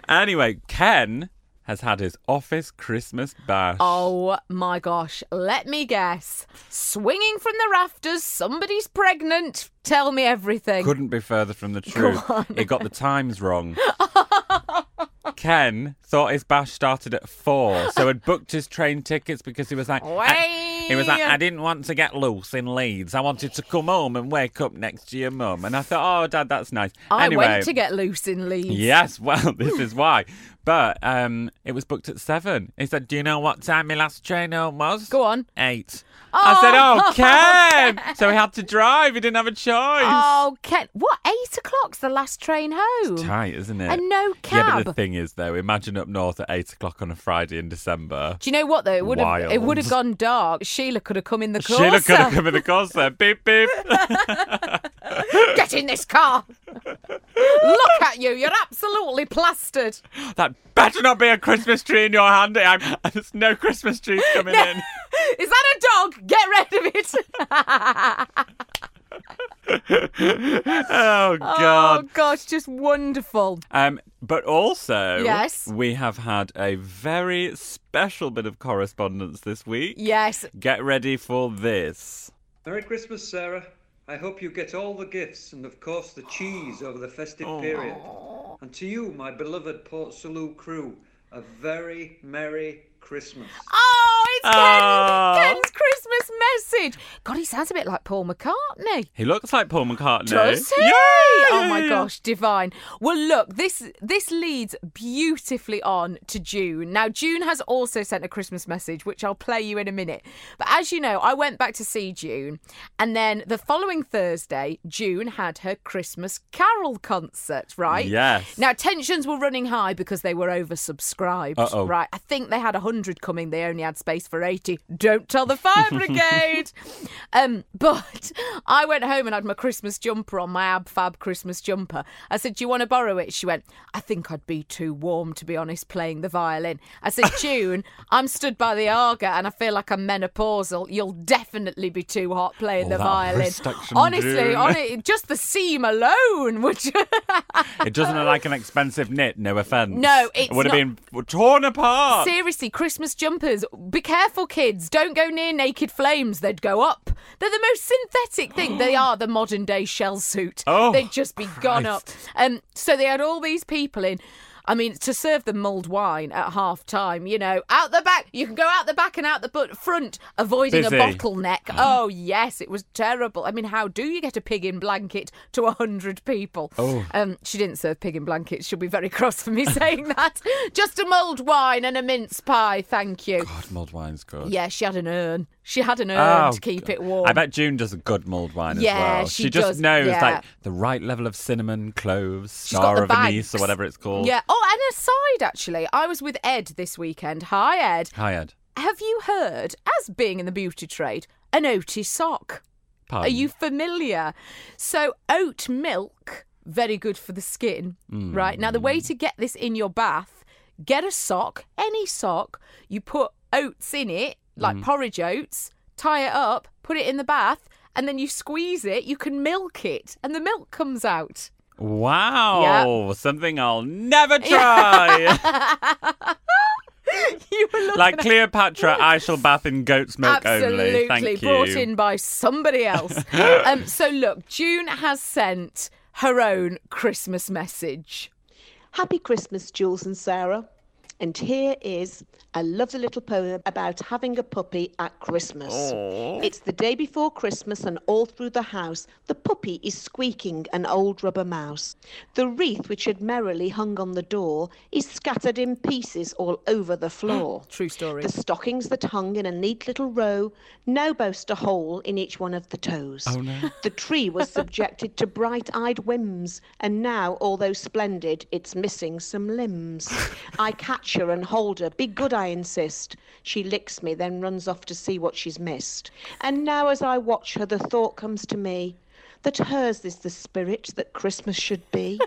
anyway, Ken has had his office Christmas bash.
Oh my gosh, let me guess. Swinging from the rafters, somebody's pregnant. Tell me everything.
Couldn't be further from the truth. He got the times wrong. Ken thought his bash started at four, so had booked his train tickets because he was like, I- he was like, I didn't want to get loose in Leeds. I wanted to come home and wake up next to your mum. And I thought, oh, Dad, that's nice.
I
anyway,
went to get loose in Leeds.
Yes, well, this is why. But um, it was booked at seven. He said, "Do you know what time my last train home was?"
Go on.
Eight. I
Oh,
said, "Oh, Ken." so he had to drive. He didn't have a choice.
Oh, Ken, what? Eight o'clock's the last train home.
Tight, isn't it?
And no
Yeah, but the
cab.
thing is, though, imagine up north at eight o'clock on a Friday in December.
Do you know what though? It would have it
Wild.
would have gone dark. Sheila could have come in the car.
Sheila could have come in the Corsa. beep beep.
Get in this car. Look at you. You're absolutely plastered.
that better not be a Christmas tree in your hand. I'm, there's no Christmas trees coming in.
Is that a dog? Get rid of it.
Oh God.
Oh gosh, just wonderful.
Um, but also,
Yes.
we have had a very special bit of correspondence this week.
Yes.
Get ready for this.
Merry Christmas, Sarah. I hope you get all the gifts and, of course, the cheese over the festive period. And to you, my beloved Port Salut crew, a very Merry Christmas.
Oh, it's Ken,
Oh.
Ken's Christmas this message. God, he sounds a bit like Paul McCartney.
He looks like Paul McCartney.
Does he?
Yeah,
oh
yeah,
my
yeah.
gosh, divine. Well, look, this this leads beautifully on to June. Now, June has also sent a Christmas message, which I'll play you in a minute. But as you know, I went back to see June, and then the following Thursday, June had her Christmas Carol concert. Right?
Yes.
Now tensions were running high because they were oversubscribed.
Uh-oh.
Right? I think they had hundred coming. They only had space for eighty. Don't tell the fire brigade. Um, but I went home and had my Christmas jumper on, my ab fab Christmas jumper. I said, Do you want to borrow it? She went, I think I'd be too warm, to be honest, playing the violin. I said, June, I'm stood by the Arga and I feel like I'm menopausal. You'll definitely be too hot playing
All
the
Oh, that
violin.
wrist action,
Honestly,
June.
on it, just the seam alone would
It doesn't look like an expensive knit, no offence.
No, it's
It would have
not-
been torn apart.
Seriously, Christmas jumpers. Be careful, kids. Don't go near naked flames. They'd go up. They're the most synthetic thing. they are the modern day shell suit.
Oh,
They'd just be gone up.
Christ.
Um, so they had all these people in. I mean, to serve them mulled wine at half time, you know, out the back. You can go out the back and out the but front, avoiding a
Busy.
bottleneck.
Mm.
Oh, yes, it was terrible. I mean, how do you get a pig in blanket to 100 people?
Oh.
Um, she didn't serve pig in blankets. She'll be very cross for me saying that. Just a mulled wine and a mince pie, thank you.
God, mulled wine's good.
Yeah, she had an urn. She had an urn
Oh,
to keep
God.
it warm.
I bet June does a good mulled wine as
Yeah,
well.
she
just
does,
knows
yeah.
like the right level of cinnamon, cloves,
She's
star
got
of
the
anise, or
bags.
whatever it's called.
Yeah. Oh, and aside, actually, I was with Ed this weekend. Hi, Ed.
Hi, Ed.
Have you heard, as being in the beauty trade, an oaty sock? Are
Pardon.
you familiar? So, oat milk, very good for the skin, right? Now, the way to get this in your bath, get a sock, any sock, you put oats in it, like porridge oats, tie it up, put it in the bath, and then you squeeze it, you can milk it, and the milk comes out.
Wow. Something I'll never try.
You were looking
like
at-
Cleopatra, I shall bath in goat's milk only.
Absolutely
Thank
brought
you.
in by somebody else. um, so look, June has sent her own Christmas message.
Happy Christmas, Jules and Sarah. And here is a lovely little poem about having a puppy at Christmas. It's the day before Christmas, and all through the house, the puppy is squeaking an old rubber mouse. The wreath which had merrily hung on the door is scattered in pieces all over the floor.
True story.
The stockings that hung in a neat little row now boast a hole in each one of the toes. Oh, no. The tree was subjected to bright eyed whims, and now, although splendid, it's missing some limbs. I catch her and hold her. Be good, I insist. She licks me, then runs off to see what she's missed. And now, as I watch her, the thought comes to me that hers is the spirit that Christmas should be.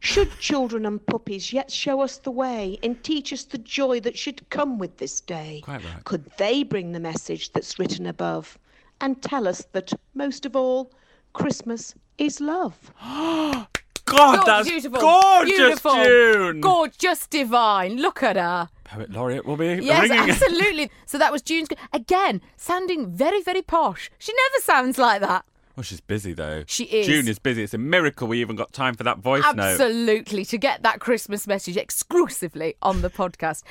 should children and puppies yet show us the way and teach us the joy that should come with this day?
Quite right.
Could they bring the message that's written above and tell us that, most of all, Christmas is love?
God,
God,
that's
beautiful,
gorgeous,
beautiful,
June.
gorgeous, divine. Look at her.
Poet laureate will be
Yes,
ringing.
absolutely. So that was June's again, sounding very, very posh. She never sounds like that.
Well, she's busy though.
She is.
June is busy. It's a miracle we even got time for that voice note.
Absolutely, to get that Christmas message exclusively on the podcast.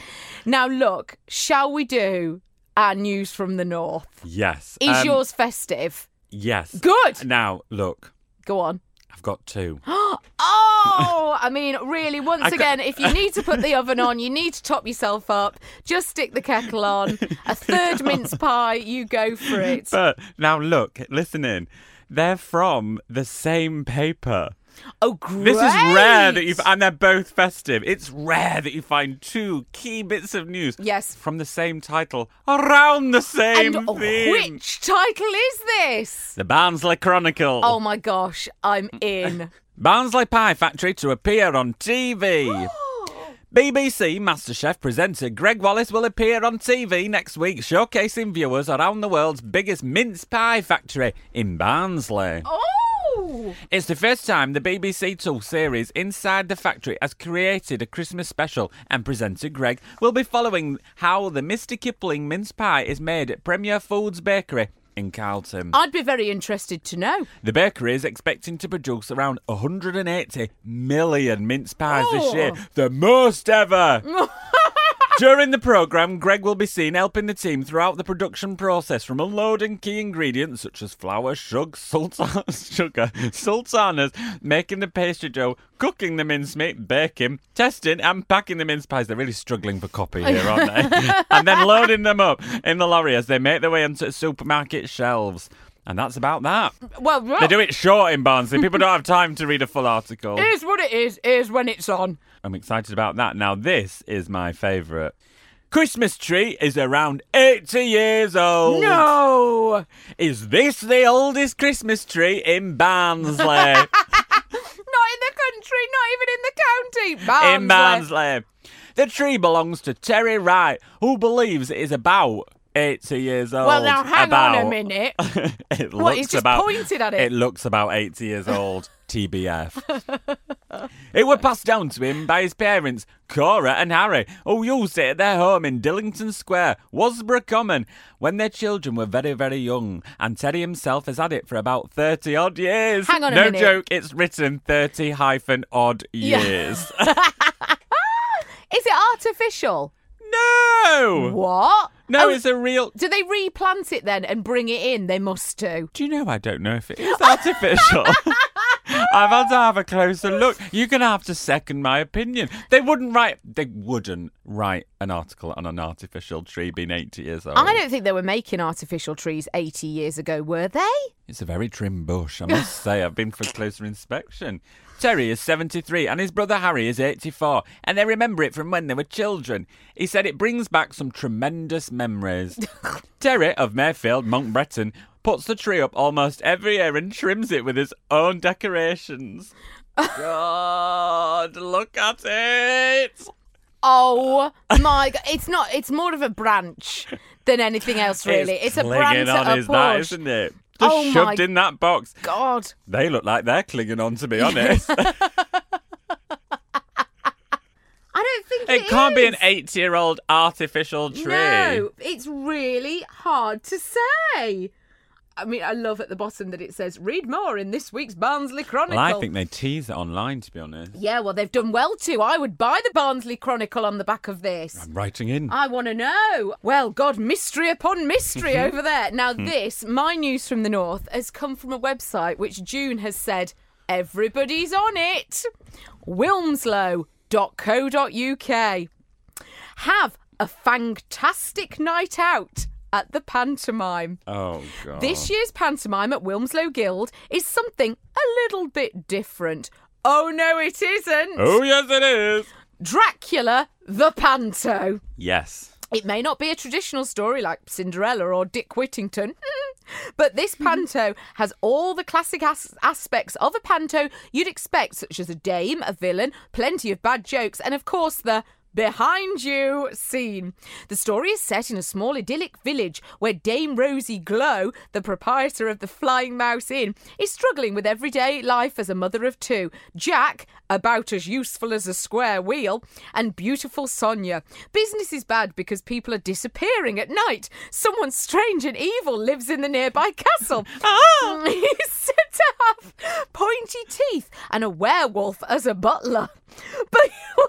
Now, look, shall we do our news from the north?
Yes.
Is
Um,
yours festive?
Yes.
Good.
Now look,
Go on.
I've got two.
Oh, I mean, really, once
I ca-
again, if you need to put the oven on, you need to top yourself up, just stick the kettle on. A third mince pie, you go for it.
But now look, listen in. They're from the same paper.
Oh, great.
This is rare that you and they're both festive. It's rare that you find two key bits of news.
Yes.
From the same title around the same
And oh,
theme.
which title is this?
The Barnsley Chronicle.
Oh my gosh, I'm in.
Barnsley Pie Factory to appear on TV. BBC MasterChef presenter Greg Wallace will appear on TV next week, showcasing viewers around the world's biggest mince pie factory in Barnsley.
Oh!
It's the first time the BBC Tool series Inside the Factory has created a Christmas special, and presenter Greg will be following how the Mr. Kipling mince pie is made at Premier Foods Bakery in Carlton.
I'd be very interested to know.
The bakery is expecting to produce around 180 million mince pies this
Oh.
year, the most ever. During the programme, Greg will be seen helping the team throughout the production process from unloading key ingredients such as flour, shug, sultan- sugar, sultanas, making the pastry dough, cooking the mincemeat, baking, testing, and packing the mince pies. They're really struggling for copy here, aren't they? and then loading them up in the lorry as they make their way onto supermarket shelves. And that's about that.
Well, right.
They do it short in Barnsley. People don't have time to read a full article.
Here's what it is. Here's when it's on.
I'm excited about that. Now, this is my favourite. Christmas tree is around 80 years old.
No.
Is this the oldest Christmas tree in Barnsley?
Not in the country, not even in the county. Barnsley.
in Barnsley. The tree belongs to Terry Wright, who believes it is about 80 years old.
Well, now hang on
About-
a minute.
it
What,
looks
he's just
about
pointed at it?
It looks about 80 years old. TBF. it was passed down to him by his parents, Cora and Harry, who used it at their home in Dillington Square, Wasborough Common, when their children were very, very young. And Teddy himself has had it for about 30 odd years.
Hang on a
no
minute.
joke, it's written 30 hyphen odd
Yeah.
years.
Is it artificial?
no!
What?
No,
Oh,
it's a real.
Do they replant it then and bring it in? They must do.
Do you know I don't know if it is artificial? I've had to have a closer look. You're going to have to second my opinion. They wouldn't write. They wouldn't write an article on an artificial tree being 80 years old.
I don't think they were making artificial trees 80 years ago, were they?
It's a very trim bush, I must say. I've been for closer inspection. Terry is 73 and his brother Harry is 84, and they remember it from when they were children. He said it brings back some tremendous memories. Terry of Mayfield, Monk Breton, puts the tree up almost every year and trims it with his own decorations. God, look at it!
Oh my god! It's not. It's more of a branch than anything else, really. It's, a
clinging
branch
on
at a
his that,
bush.
isn't it? Just
Oh my-
shoved in that box.
God.
They look like they're clinging on, to be honest.
I don't think
It
it
can't be an
is.
eight-year-old artificial tree.
No, it's really hard to say. I mean, I love at the bottom that it says "Read more in this week's Barnsley Chronicle."
Well, I think they tease it online, to be honest.
Yeah, well, they've done well too. I would buy the Barnsley Chronicle on the back of this.
I'm writing in.
I want to know. Well, God, mystery upon mystery
Mm-hmm.
over there. Now,
Hmm.
this, my news from the north, has come from a website which June has said everybody's on it. Wilmslow.co.uk. Have a fantastic night out at the pantomime.
Oh god.
This year's pantomime at Wilmslow Guild is something a little bit different. Oh, no, it isn't.
Oh yes, it is.
Dracula the Panto.
Yes.
It may not be a traditional story like Cinderella or Dick Whittington, but this panto has all the classic as- aspects of a panto you'd expect, such as a dame, a villain, plenty of bad jokes, and of course the Behind you scene. The story is set in a small idyllic village where Dame Rosie Glow, the proprietor of the Flying Mouse Inn, is struggling with everyday life as a mother of two. Jack, about as useful as a square wheel, and beautiful Sonia. Business is bad because people are disappearing at night. Someone strange and evil lives in the nearby castle. He's said to have pointy teeth and a werewolf as a butler. But when...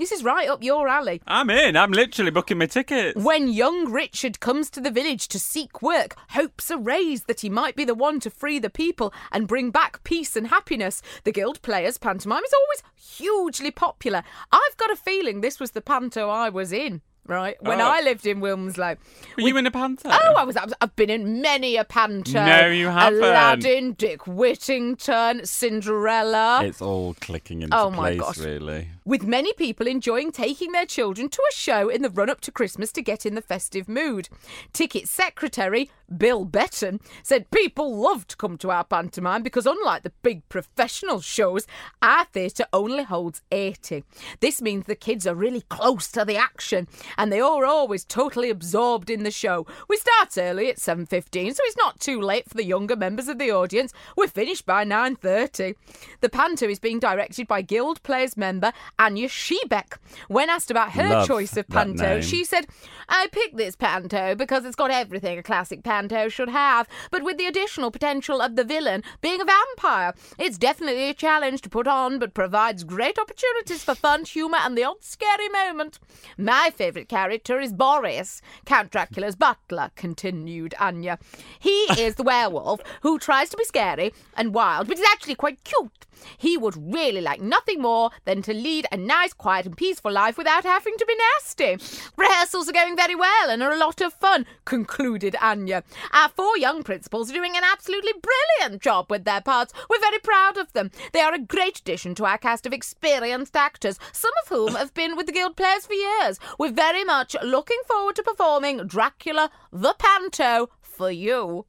this is right up your alley.
I'm in. I'm literally booking my tickets.
When young Richard comes to the village to seek work, hopes are raised that he might be the one to free the people and bring back peace and happiness. The Guild Players pantomime is always hugely popular. I've got a feeling this was the panto I was in, right? When
Oh.
I lived in Wilmslow.
Were you in a panto?
Oh, I was. I've been in many a panto.
No, you haven't.
Aladdin, Dick Whittington, Cinderella.
It's all clicking into
Oh, my
place,
gosh.
really.
With many people enjoying taking their children to a show in the run up to Christmas to get in the festive mood. Ticket secretary Bill Betton said people love to come to our pantomime because, unlike the big professional shows, our theatre only holds 80. This means the kids are really close to the action and they are always totally absorbed in the show. We start early at 7.15, so it's not too late for the younger members of the audience. We're finished by 9.30. The panto is being directed by Guild Players member Anya Shebeck. When asked about her
Love
choice of
that
panto,
name.
she said, I picked this panto because it's got everything a classic panto should have, but with the additional potential of the villain being a vampire. It's definitely a challenge to put on, but provides great opportunities for fun, humour, and the odd scary moment. My favourite character is Boris, Count Dracula's butler, continued Anya. He is the werewolf who tries to be scary and wild, but is actually quite cute. He would really like nothing more than to lead a nice, quiet, and peaceful life without having to be nasty. Rehearsals are going very well and are a lot of fun, concluded Anya. Our four young principals are doing an absolutely brilliant job with their parts. We're very proud of them. They are a great addition to our cast of experienced actors, some of whom have been with the Guild Players for years. We're very much looking forward to performing Dracula the Panto for you.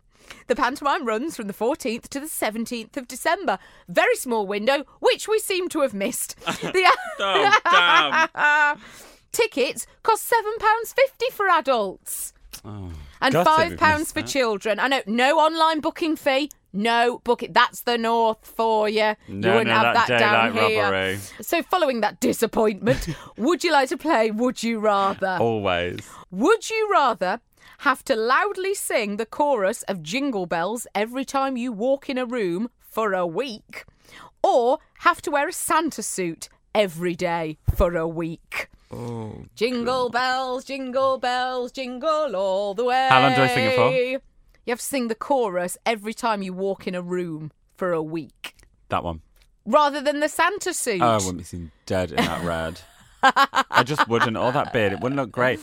The pantomime runs from the 14th to the 17th of December. Very small window, which we seem to have missed. The-
Oh, damn.
Tickets cost £7.50 for adults and
Oh, Gutted
£5
we've
pounds
missed
for
that.
children. I know, no online booking fee. No booking. That's the north for you.
No,
you wouldn't
no,
have that,
that
down
daylight
here.
robbery.
So, following that disappointment, would you like to play Would You Rather?
Always.
Would you rather have to loudly sing the chorus of Jingle Bells every time you walk in a room for a week, or have to wear a Santa suit every day for a week?
Oh,
jingle bells, jingle bells, jingle all the way.
How long do I sing it for?
You have to sing the chorus every time you walk in a room for a week,
That one.
rather than the Santa suit.
Oh, I wouldn't be seen dead in that red. I just wouldn't. All that beard, it wouldn't look great.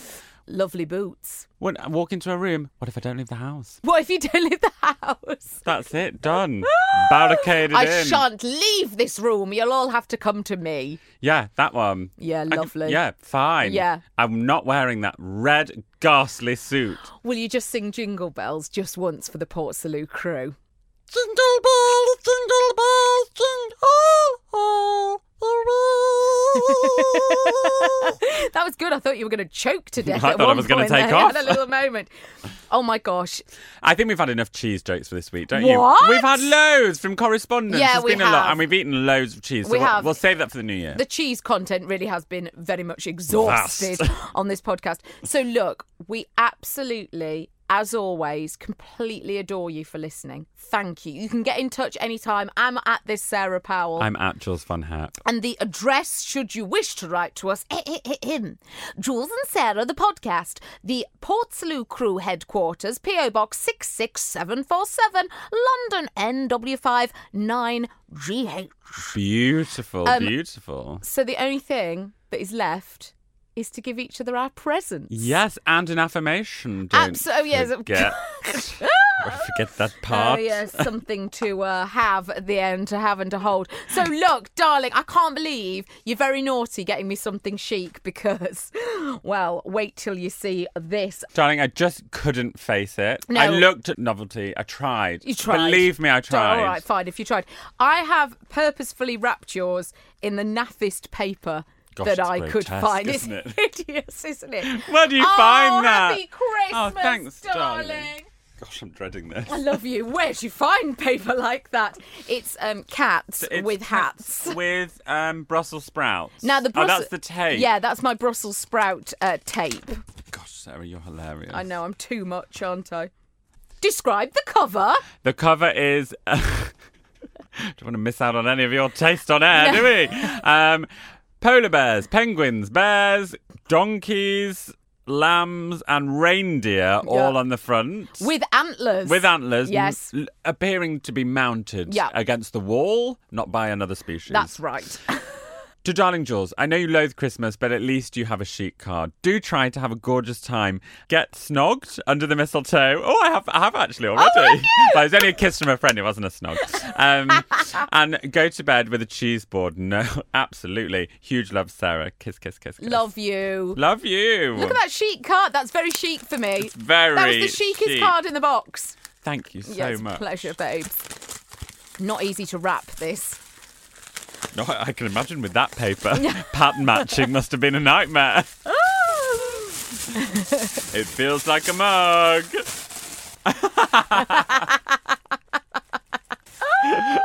Lovely boots.
When I walk into a room, what if I don't leave the house?
What if you don't leave the house?
That's it. Done. Barricaded
I
in.
shan't leave this room. You'll all have to come to me.
Yeah, that one.
Yeah,
I can-
lovely.
yeah, fine.
Yeah.
I'm not wearing that red ghastly suit.
Will you just sing Jingle Bells just once for the Port Salut crew?
Jingle bells, jingle bells, jingle all the way.
that was good. I thought you were going to choke to death.
I
at
thought I
one
was gonna
point
take
there.
off.
Had a little moment. Oh my gosh.
I think we've had enough cheese jokes for this week, don't
What?
you? We've had loads from correspondence.
Yeah,
There's
we
been a lot,
have.
and we've eaten loads of cheese. So
We
we'll,
have.
we'll save that for the new year.
The cheese content really has been very much exhausted on this podcast. So, look, we absolutely, as always, completely adore you for listening. Thank you. You can get in touch anytime. I'm at this Sarah Powell.
I'm at Jules Van Hap.
And the address, should you wish to write to us, eh, Jules and Sarah, the podcast, the Portslade Crew Headquarters, PO Box 66747, London NW5 9GH.
Beautiful,
Um,
beautiful.
So the only thing that is left is to give each other our presents.
Yes, and an affirmation. Don't
Abso- oh, yes.
Forget. forget that
Oh,
part.
yeah, something to uh, have at the end, to have and to hold. So, look, darling, I can't believe you're very naughty getting me something chic because, well, wait till you see this.
Darling, I just couldn't face it.
No.
I looked at novelty. I tried.
You tried.
Believe me, I
Don't-
tried.
All right, fine, if you tried. I have purposefully wrapped yours in the naffest paper.
Gosh,
that
it's
I could
grotesque,
find.
isn't
it's
it?
hideous, isn't it?
Where do you
Oh,
find that?
Happy Christmas,
Oh, thanks, darling.
darling.
Gosh, I'm dreading this.
I love you. Where'd you find paper like that? It's um, cats
It's
with
cats
hats.
With um, Brussels sprouts.
Now the Brussels.
Oh, that's the tape.
Yeah, that's my Brussels sprout uh, tape.
Gosh, Sarah, you're hilarious.
I know I'm too much, aren't I? Describe the cover.
The cover is. don't want to miss out on any of your taste on air, do we? Um, polar bears, penguins, bears, donkeys, lambs, and reindeer all on the front.
With antlers.
With antlers, mm, m-
Yes.
l- appearing to be mounted
Yeah.
against the wall, not by another species.
That's right.
To darling Jules, I know you loathe Christmas, but at least you have a chic card. Do try to have a gorgeous time. Get snogged under the mistletoe. Oh, I have, I have actually already. But it was only a kiss from a friend. It wasn't a snog. Um, and go to bed with a cheese board. No, absolutely. Huge love, Sarah. Kiss, kiss, kiss, kiss.
Love you.
Love you.
Look at that chic card. That's very chic for me.
It's very
That was the chicest
chic.
card in the box.
Thank you so
yes,
much.
pleasure, babes. Not easy to wrap this.
No, I I can imagine with that paper, pattern matching must have been a nightmare. It feels like a mug.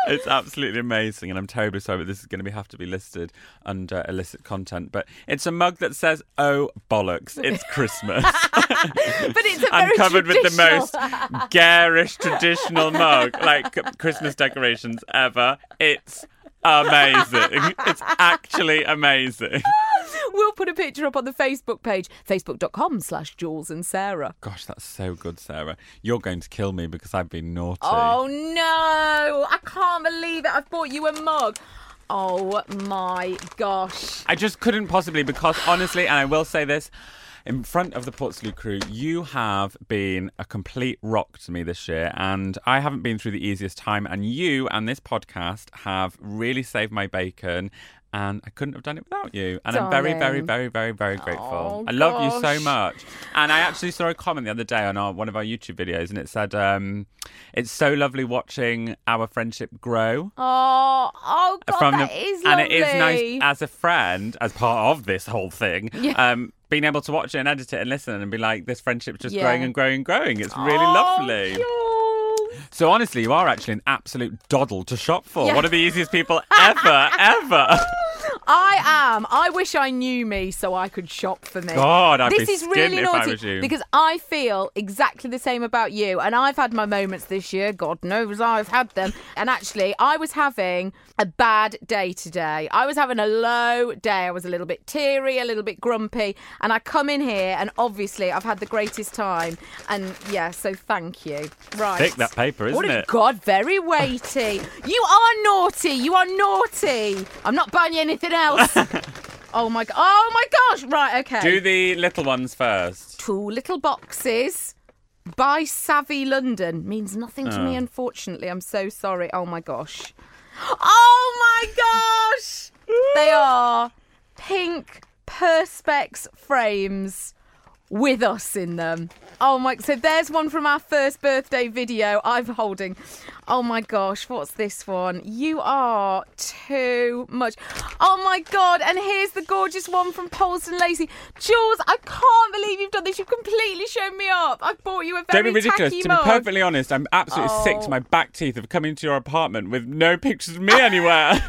it's absolutely amazing, and I'm terribly sorry, but this is going to be, have to be listed under illicit content. But it's a mug that says, "Oh bollocks, it's Christmas."
but it's a
I'm
very
covered with the
traditional-
most garish traditional mug, like c- Christmas decorations ever. It's amazing. it's actually amazing.
We'll put a picture up on the Facebook page, facebook.com slash Jules and Sarah.
Gosh, that's so good, Sarah. You're going to kill me because I've been naughty.
Oh no, I can't believe it. I've bought you a mug. Oh my gosh.
I just couldn't possibly because honestly, and I will say this. In front of the Portslade crew, you have been a complete rock to me this year, and I haven't been through the easiest time. And you and this podcast have really saved my bacon, and I couldn't have done it without you. And I'm very, very,
Darling.
very, very, very grateful.
Oh,
I love you so
gosh.
much. And I actually saw a comment the other day on our, one of our YouTube videos, and it said, um, "It's so lovely watching our friendship grow."
Oh, oh God,
from
that
the,
is
and
lovely.
it is nice as a friend, as part of this whole thing. Um, being able to watch it and edit it and listen and be like, this friendship's just
Yeah.
growing and growing and growing. It's really
Oh,
lovely.
Jules.
So honestly, you are actually an absolute doddle to shop for.
Yeah.
One of the easiest people ever, ever.
I am. I wish I knew me so I could shop for me.
God, I'd
this
be
is really
skint if I
naughty
was you.
because I feel exactly the same about you. And I've had my moments this year. God knows I've had them. And actually, I was having a bad day today. I was having a low day. I was a little bit teary, a little bit grumpy. And I come in here, and obviously, I've had the greatest time. And yeah, so thank you. Right.
Thick, that paper,
What
isn't
a
it?
God, very weighty. you are naughty. You are naughty. I'm not buying you anything else. oh my god. Oh my gosh. Right. Okay.
Do the little ones first.
Two little boxes. By Savvy London means nothing to me,
Oh.
unfortunately. I'm so sorry. Oh my gosh. Oh my gosh. they are pink perspex frames with us in them. Oh my! So there's one from our first birthday video. I'm holding. Oh my gosh, what's this one? You are too much. Oh my god! And here's the gorgeous one from Polston Lacey. Jules, I can't believe you've done this. You've completely shown me up. I've bought you a very
Don't be ridiculous.
tacky Oh.
To be
mug.
perfectly honest, I'm absolutely sick to my back teeth of coming to your apartment with no pictures of me anywhere.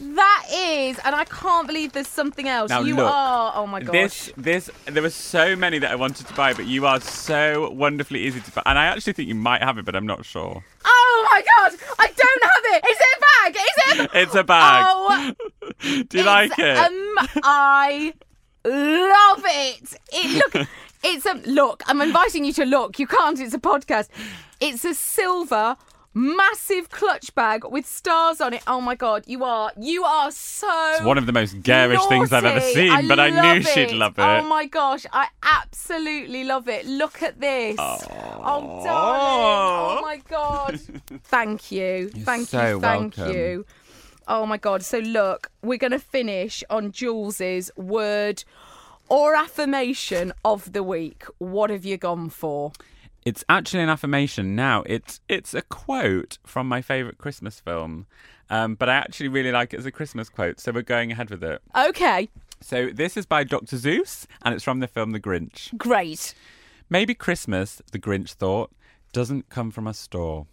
That is, and I can't believe there's something else.
Now
you
look,
are. Oh my gosh.
This, this, there were so many that I wanted to buy, but you are so wonderfully easy to buy. And I actually think you might have it, but I'm not sure.
Oh my god! I don't have it. Is it a bag? Is it?
It's a bag.
Oh.
Do you like it?
Um, I love it. It look, it's a look. I'm inviting you to look. You can't. It's a podcast. It's a silver. Massive clutch bag with stars on it. Oh my god, you are you are so
It's one of the most garish things I've ever
naughty.
seen, but I knew
love
she'd
it.
love it.
Oh my gosh, I absolutely love it. Look at this. Oh, darling. Oh my god. thank you. thank
so
you. Thank
welcome.
you. Oh my god. So look, we're going to finish on Jules's word or affirmation of the week. What have you gone for?
It's actually an affirmation now. It's it's a quote from my favourite Christmas film, um, but I actually really like it as a Christmas quote, so we're going ahead with it.
Okay.
So this is by Dr. Zeus, and it's from the film The Grinch.
Great.
Maybe Christmas, the Grinch thought, doesn't come from a store.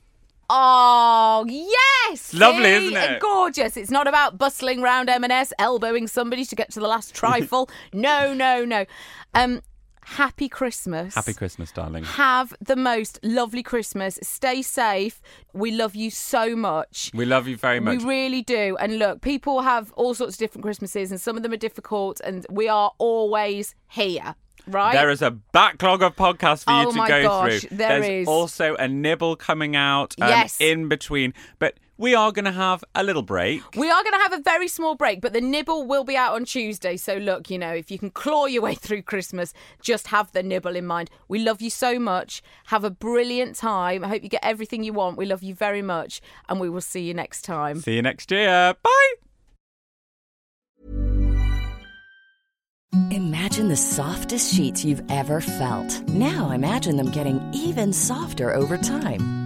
Oh yes,
Lovely,
See?
isn't it?
Gorgeous. It's not about bustling round M&S, elbowing somebody to get to the last trifle. no, no, no. Um, happy Christmas.
Happy Christmas, darling.
Have the most lovely Christmas. Stay safe. We love you so much.
We love you very much.
We really do. And look, people have all sorts of different Christmases, and some of them are difficult. And we are always here, right?
There is a backlog of podcasts for
Oh
you to
my
go
gosh,
through.
there
There's
is.
also a nibble coming out um,
Yes.
in between. But we are going to have a little break.
We are going to have a very small break, but the nibble will be out on Tuesday. So, look, you know, if you can claw your way through Christmas, just have the nibble in mind. We love you so much. Have a brilliant time. I hope you get everything you want. We love you very much, and we will see you next time.
See you next year. Bye.
Imagine the softest sheets you've ever felt. Now imagine them getting even softer over time.